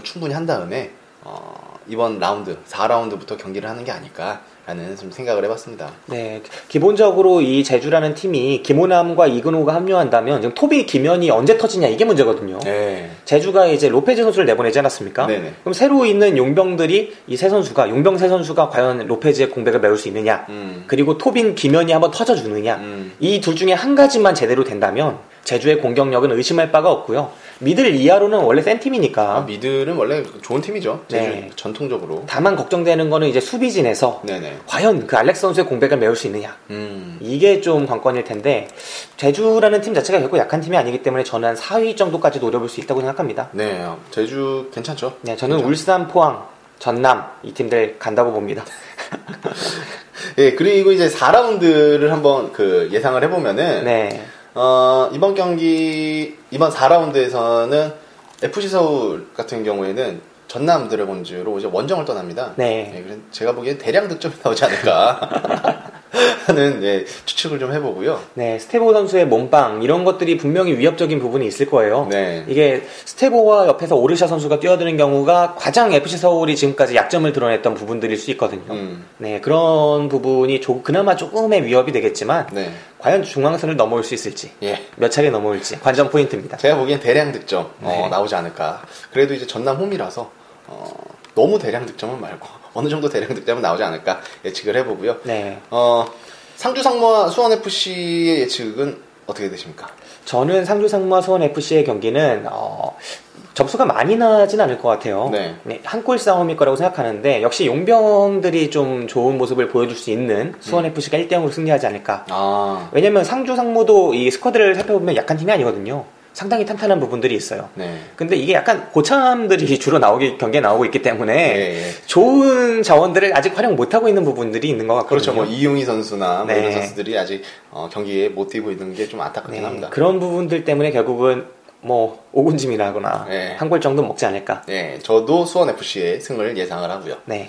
A: 충분히 한 다음에 어, 이번 라운드 4라운드부터 경기를 하는 게 아닐까라는 좀 생각을 해봤습니다. 어?
B: 네, 기본적으로 이 제주라는 팀이 김호남과 이근호가 합류한다면 지금 토비 김현이 언제 터지냐 이게 문제거든요.
A: 네.
B: 제주가 이제 로페즈 선수를 내보내지 않았습니까?
A: 네네.
B: 그럼 새로 있는 용병들이 이 세 선수가 용병 세 선수가 과연 로페즈의 공백을 메울 수 있느냐?
A: 음.
B: 그리고 토빈 김현이 한번 터져주느냐?
A: 음.
B: 이 둘 중에 한 가지만 제대로 된다면 제주의 공격력은 의심할 바가 없고요. 미들 이하로는 원래 센 팀이니까.
A: 아, 미들은 원래 좋은 팀이죠. 제주
B: 네.
A: 전통적으로.
B: 다만 걱정되는 거는 이제 수비진에서
A: 네네.
B: 과연 그 알렉스 선수의 공백을 메울 수 있느냐?
A: 음.
B: 이게 좀 관건일 텐데 제주라는 팀 자체가 결코 약한 팀이 아니기 때문에 저는 한 4위 정도까지 노려볼 수 있다고 생각합니다.
A: 네. 제주 괜찮죠?
B: 네, 저는 울산, 포항, 전남 이 팀들 간다고 봅니다.
A: 예, 그리고 이제 4라운드를 한번 그 예상을 해보면은,
B: 네,
A: 어, 이번 경기, 이번 4라운드에서는 FC 서울 같은 경우에는 전남 드래곤즈로 이제 원정을 떠납니다.
B: 네.
A: 예, 그래서 제가 보기엔 대량 득점이 나오지 않을까 하는 예, 추측을 좀 해보고요.
B: 네 스테보 선수의 몸빵 이런 것들이 분명히 위협적인 부분이 있을 거예요.
A: 네.
B: 이게 스테보와 옆에서 오르샤 선수가 뛰어드는 경우가 가장 FC 서울이 지금까지 약점을 드러냈던 부분들일 수 있거든요.
A: 음,
B: 네, 그런 부분이 조- 그나마 조금의 위협이 되겠지만
A: 네.
B: 과연 중앙선을 넘어올 수 있을지
A: 예.
B: 몇 차례 넘어올지 관전 포인트입니다.
A: 제가 보기엔 대량 득점 어,
B: 네.
A: 나오지 않을까. 그래도 이제 전남 홈이라서 어, 너무 대량 득점은 말고 어느 정도 대량 득점은 나오지 않을까 예측을 해보고요.
B: 네.
A: 어, 상주 상무와 수원 FC의 예측은 어떻게 되십니까?
B: 저는 상주 상무와 수원 FC의 경기는 어, 점수가 많이 나진 않을 것 같아요.
A: 네.
B: 한 골 싸움일 거라고 생각하는데 역시 용병들이 좀 좋은 모습을 보여줄 수 있는
A: 음.
B: 수원 FC가 1대 0으로 승리하지 않을까.
A: 아,
B: 왜냐면 상주 상무도 이 스쿼드를 살펴보면 약한 팀이 아니거든요. 상당히 탄탄한 부분들이 있어요.
A: 네.
B: 근데 이게 약간 고참들이 주로 나오기 경기에 나오고 있기 때문에
A: 예, 예.
B: 좋은 자원들을 아직 활용 못하고 있는 부분들이 있는 것 같거든요.
A: 그렇죠. 뭐 이용희 선수나 뭐 이런
B: 네.
A: 선수들이 아직 어, 경기에 못 뛰고 있는 게 좀 안타깝긴
B: 네,
A: 합니다.
B: 그런 부분들 때문에 결국은 뭐 5군짐이라거나
A: 네.
B: 한 골 정도 먹지 않을까.
A: 예, 저도 수원 FC의 승을 예상을 하고요.
B: 네.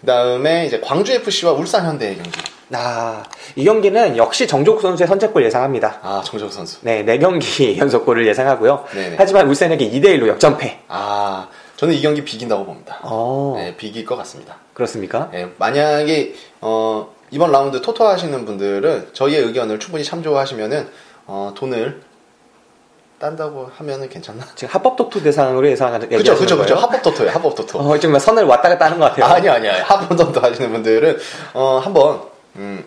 A: 그다음에 이제 광주 FC와 울산 현대의 경기.
B: 아, 이 경기는 역시 정조국 선수의 선제골 예상합니다.
A: 아, 정적 선수.
B: 네, 4경기 연속골을 예상하고요.
A: 네네.
B: 하지만 울산에게 2대1로 역전패.
A: 아, 저는 이 경기 비긴다고 봅니다.
B: 어,
A: 예, 비길 것 같습니다.
B: 그렇습니까?
A: 예, 만약에 어, 이번 라운드 토토 하시는 분들은 저희의 의견을 충분히 참조하시면은 어, 돈을 딴다고 하면은 괜찮나?
B: 지금 합법독투 대상으로 예상하는
A: 그죠, 그죠,
B: 얘기하시는
A: 그죠.
B: 네, 거예요?
A: 합법 토토예요. 합법 토토.
B: 어, 지금 선을 왔다 갔다 하는 것 같아요.
A: 아니 아니 아니 한번 더 하시는 분들은 어 한번 음,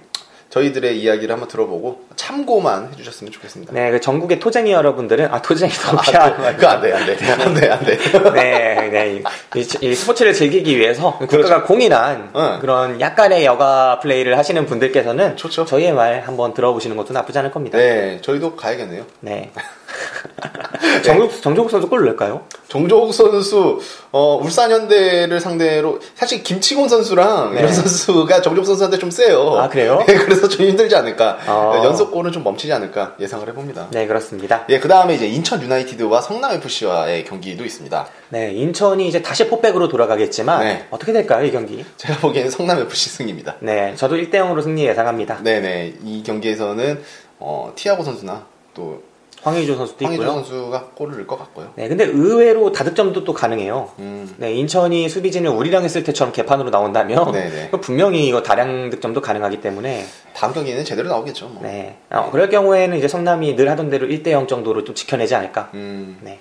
A: 저희들의 이야기를 한번 들어보고 참고만 해주셨으면 좋겠습니다.
B: 네, 그 전국의 토쟁이 여러분들은 아 토쟁이
A: 아,
B: 도피아.
A: 그거 안돼 안돼 안돼 안돼.
B: 네, 네. 이, 이 스포츠를 즐기기 위해서 국가가
A: 그렇죠.
B: 공인한
A: 응.
B: 그런 약간의 여가 플레이를 하시는 분들께서는
A: 좋죠.
B: 저희의 말 한번 들어보시는 것도 나쁘지 않을 겁니다.
A: 네 저희도 가야겠네요.
B: 네.
A: 네.
B: 정국, 정국 선수 골 넣을까요?
A: 정조욱 선수 어 울산 현대를 상대로 사실 김치곤 선수랑
B: 네.
A: 이런 선수가 정조욱 선수한테 좀 세요.
B: 아, 그래요?
A: 네, 그래서 좀 힘들지 않을까.
B: 아.
A: 네, 연속골은 좀 멈추지 않을까 예상을 해봅니다.
B: 네, 그렇습니다.
A: 예, 그 다음에 이제 인천 유나이티드와 성남 FC와의 경기도 있습니다.
B: 네, 인천이 이제 다시 포백으로 돌아가겠지만
A: 네.
B: 어떻게 될까요, 이 경기?
A: 제가 보기에는 성남 FC 승입니다.
B: 네, 저도 1대 0으로 승리 예상합니다.
A: 네네 이 경기에서는 어, 티아고 선수나 또
B: 황의조 선수도
A: 황희조
B: 있고요.
A: 선수가 골을 넣을 것 같고요.
B: 네, 근데 의외로 다득점도 또 가능해요.
A: 음,
B: 네, 인천이 수비진을 우리랑 했을 때처럼 개판으로 나온다면
A: 네네.
B: 그거 분명히 이거 다량 득점도 가능하기 때문에
A: 다음 경기는 제대로 나오겠죠. 뭐.
B: 네, 어, 그럴 경우에는 이제 성남이 늘 하던 대로 1대 0 정도로 좀 지켜내지 않을까.
A: 음,
B: 네.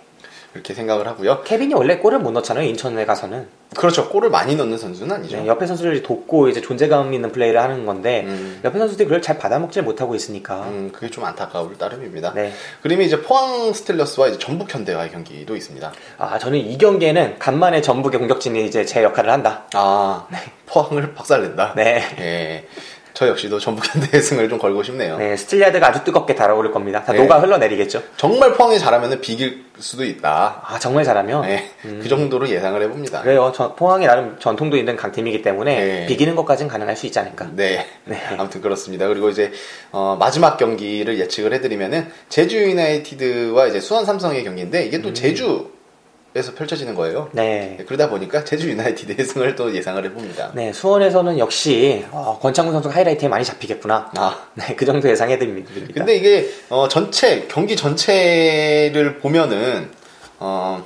A: 그렇게 생각을 하고요.
B: 케빈이 원래 골을 못 넣잖아요, 인천에 가서는.
A: 그렇죠. 골을 많이 넣는 선수는 아니죠.
B: 네, 옆에 선수들이 돕고 이제 존재감 있는 플레이를 하는 건데
A: 그렇죠. 음,
B: 옆에 선수들이 그걸 잘 받아먹질 못하고 있으니까.
A: 음, 그게 좀 안타까울 따름입니다.
B: 네.
A: 그림이 이제 포항 스틸러스와 이제 전북 현대와의 경기도 있습니다.
B: 아, 저는 이 경기에는 간만에 전북의 공격진이 이제 제 역할을 한다.
A: 아, 포항을 박살낸다.
B: 네.
A: 예, 저 역시도 전북 현대의 승을 좀 걸고 싶네요.
B: 네, 스틸리아드가 아주 뜨겁게 달아오를 겁니다. 다
A: 그렇죠. 네.
B: 녹아 흘러내리겠죠.
A: 정말 포항이 잘하면 비길 수도 있다.
B: 아, 정말 잘하면.
A: 예,
B: 음.
A: 그 정도로 예상을 해봅니다.
B: 그래요. 저- 포항이 나름 전통도 있는 강팀이기 때문에
A: 네.
B: 비기는 것까지는 가능할 수 있지 않을까.
A: 네.
B: 네.
A: 아무튼 그렇습니다. 그리고 이제 어, 마지막 경기를 예측을 해드리면은 제주 유나이티드와 이제 수원 삼성의 경기인데 이게 또 제주에서 펼쳐지는 거예요.
B: 음. 네.
A: 네, 그러다 보니까 제주 유나이티드의 승을 또 예상을 해봅니다.
B: 네, 수원에서는 역시 어, 권창훈 선수가 하이라이트에 많이 잡히겠구나.
A: 아.
B: 네, 그 정도 예상해드립니다.
A: 근데 이게 어, 전체 경기 전체를 보면은 어,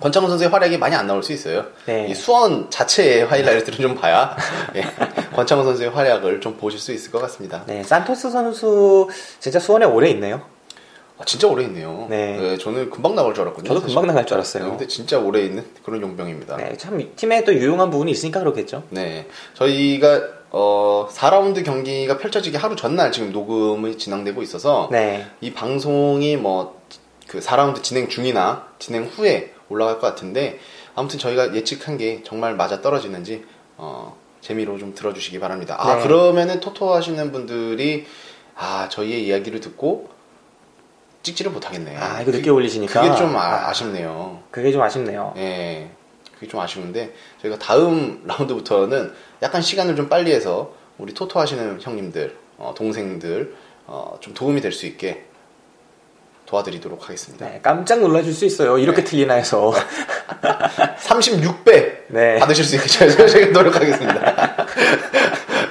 A: 권창훈 선수의 활약이 많이 안 나올 수 있어요.
B: 네.
A: 이 수원 자체의 하이라이트를 좀 봐야 예, 권창훈 선수의 활약을 좀 보실 수 있을 것 같습니다.
B: 네, 산토스 선수 진짜 수원에 오래 있네요.
A: 아, 진짜 오래 있네요.
B: 네.
A: 저는 금방 나올 줄 알았거든요.
B: 저도
A: 사실.
B: 금방 나갈 줄
A: 네,
B: 알았어요.
A: 근데 진짜 오래 있는 그런 용병입니다. 네.
B: 네, 참 이 팀에 또 유용한 부분이 있으니까 그렇겠죠.
A: 저희가 어, 4라운드 경기가 펼쳐지기 하루 전날 지금 녹음이 진행되고 있어서
B: 네,
A: 이 방송이 뭐 그 4라운드 진행 중이나 진행 후에 올라갈 것 같은데 아무튼 저희가 예측한 게 정말 맞아 떨어지는지 어, 재미로 좀 들어주시기 바랍니다. 아
B: 네.
A: 그러면은 토토 하시는 분들이 아 저희의 이야기를 듣고 찍지를 못하겠네.
B: 아, 이거 늦게
A: 그게-
B: 올리시니까.
A: 그게 좀 아,
B: 아.
A: 아쉽네요.
B: 그게 좀 아쉽네요.
A: 예. 그게 좀 아쉬운데 저희가 다음 라운드부터는 약간 시간을 좀 빨리 해서 우리 토토 하시는 형님들, 어, 동생들 어, 좀 도움이 될 수 있게 도와드리도록 하겠습니다.
B: 네, 깜짝 놀라줄 수 있어요.
A: 네.
B: 이렇게 틀리나 해서.
A: 36배
B: 네.
A: 받으실 수 있게 저희- 저희가 노력하겠습니다.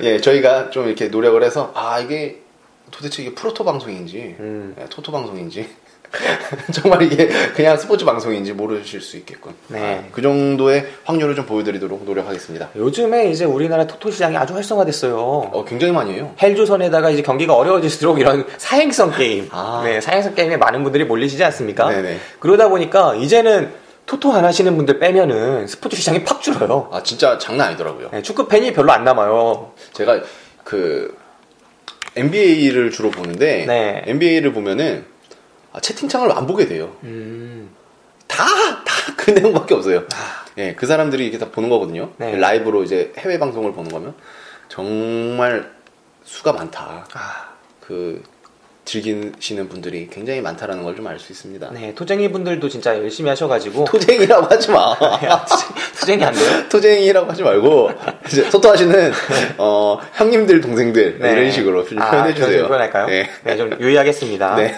A: 예, 저희가 좀 이렇게 노력을 해서 아 이게 도대체 이게 프로토 방송인지
B: 음.
A: 예, 토토 방송인지 정말 이게 그냥 스포츠 방송인지 모르실 수 있겠군.
B: 네.
A: 아, 그 정도의 확률을 좀 보여드리도록 노력하겠습니다.
B: 요즘에 이제 우리나라 토토 시장이 아주 활성화됐어요.
A: 어, 굉장히 많이 해요.
B: 헬조선에다가 이제 경기가 어려워질수록 이런 사행성 게임,
A: 아.
B: 네, 사행성 게임에 많은 분들이 몰리시지 않습니까?
A: 네네.
B: 그러다 보니까 이제는 토토 안 하시는 분들 빼면은 스포츠 시장이 팍 줄어요.
A: 아 진짜 장난 아니더라고요.
B: 네, 축구 팬이 별로 안 남아요.
A: 제가 그 NBA를 주로 보는데
B: 네.
A: NBA를 보면은 아, 채팅창을 안 보게 돼요.
B: 음,
A: 다 다 그 내용밖에 없어요. 예, 그 사람들이 이렇게 다 보는 거거든요.
B: 아. 네.
A: 라이브로 이제 해외 방송을 보는 거면 정말 수가 많다.
B: 아,
A: 그 즐기시는 분들이 굉장히 많다라는 걸 좀 알 수 있습니다.
B: 네, 토쟁이 분들도 진짜 열심히 하셔가지고
A: 토쟁이라고 하지 마.
B: 야, 토쟁- 토쟁이 안 돼요?
A: 토쟁이라고 하지 말고 이제 소토하시는 어, 형님들 동생들
B: 네.
A: 이런 식으로
B: 아,
A: 표현해
B: 그런 식으로
A: 주세요.
B: 표현할까요?
A: 네.
B: 네. 좀 유의하겠습니다.
A: 네.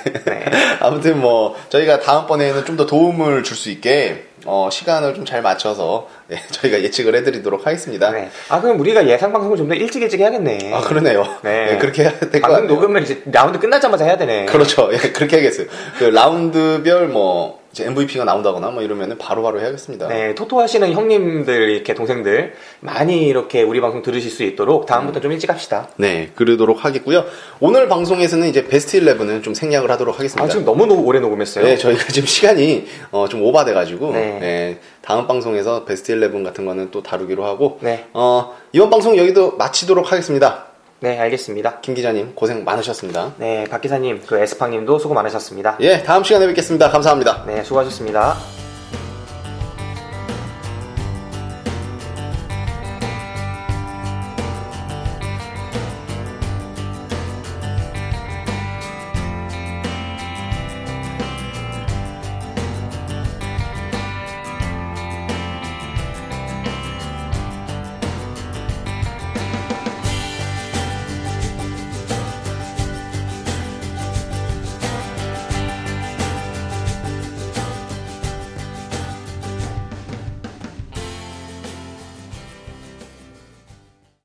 A: 아무튼 뭐 저희가 다음번에는 좀 더 도움을 줄 수 있게 어, 시간을 좀 잘 맞춰서 예, 저희가 예측을 해드리도록 하겠습니다.
B: 네. 아 그럼 우리가 예상 방송을 좀 더 일찍 일찍 해야겠네.
A: 아 그러네요.
B: 네.
A: 예, 그렇게 해야 될 것
B: 방금
A: 같아요.
B: 녹음을 이제 라운드 끝나자마자 해야 되네.
A: 그렇죠. 예, 그렇게 해야겠어요. 그 라운드별 뭐 MVP가 나온다거나 뭐 이러면은 바로바로 해야겠습니다.
B: 네, 토토 하시는 형님들 이렇게 동생들 많이 이렇게 우리 방송 들으실 수 있도록 다음부터 좀 일찍 합시다.
A: 네, 그러도록 하겠고요. 오늘 방송에서는 이제 베스트 11은 좀 생략을 하도록 하겠습니다.
B: 아 지금 너무 노- 오래 녹음했어요.
A: 네, 저희가 지금 시간이 어, 좀 오바돼가지고
B: 네.
A: 네, 다음 방송에서 베스트 11 같은 거는 또 다루기로 하고
B: 네.
A: 어, 이번 방송 여기도 마치도록 하겠습니다.
B: 네, 알겠습니다.
A: 김 기자님 고생 많으셨습니다.
B: 네, 박 기사님, 그 에스팡님도 수고 많으셨습니다.
A: 예, 다음 시간에 뵙겠습니다. 감사합니다.
B: 네, 수고하셨습니다.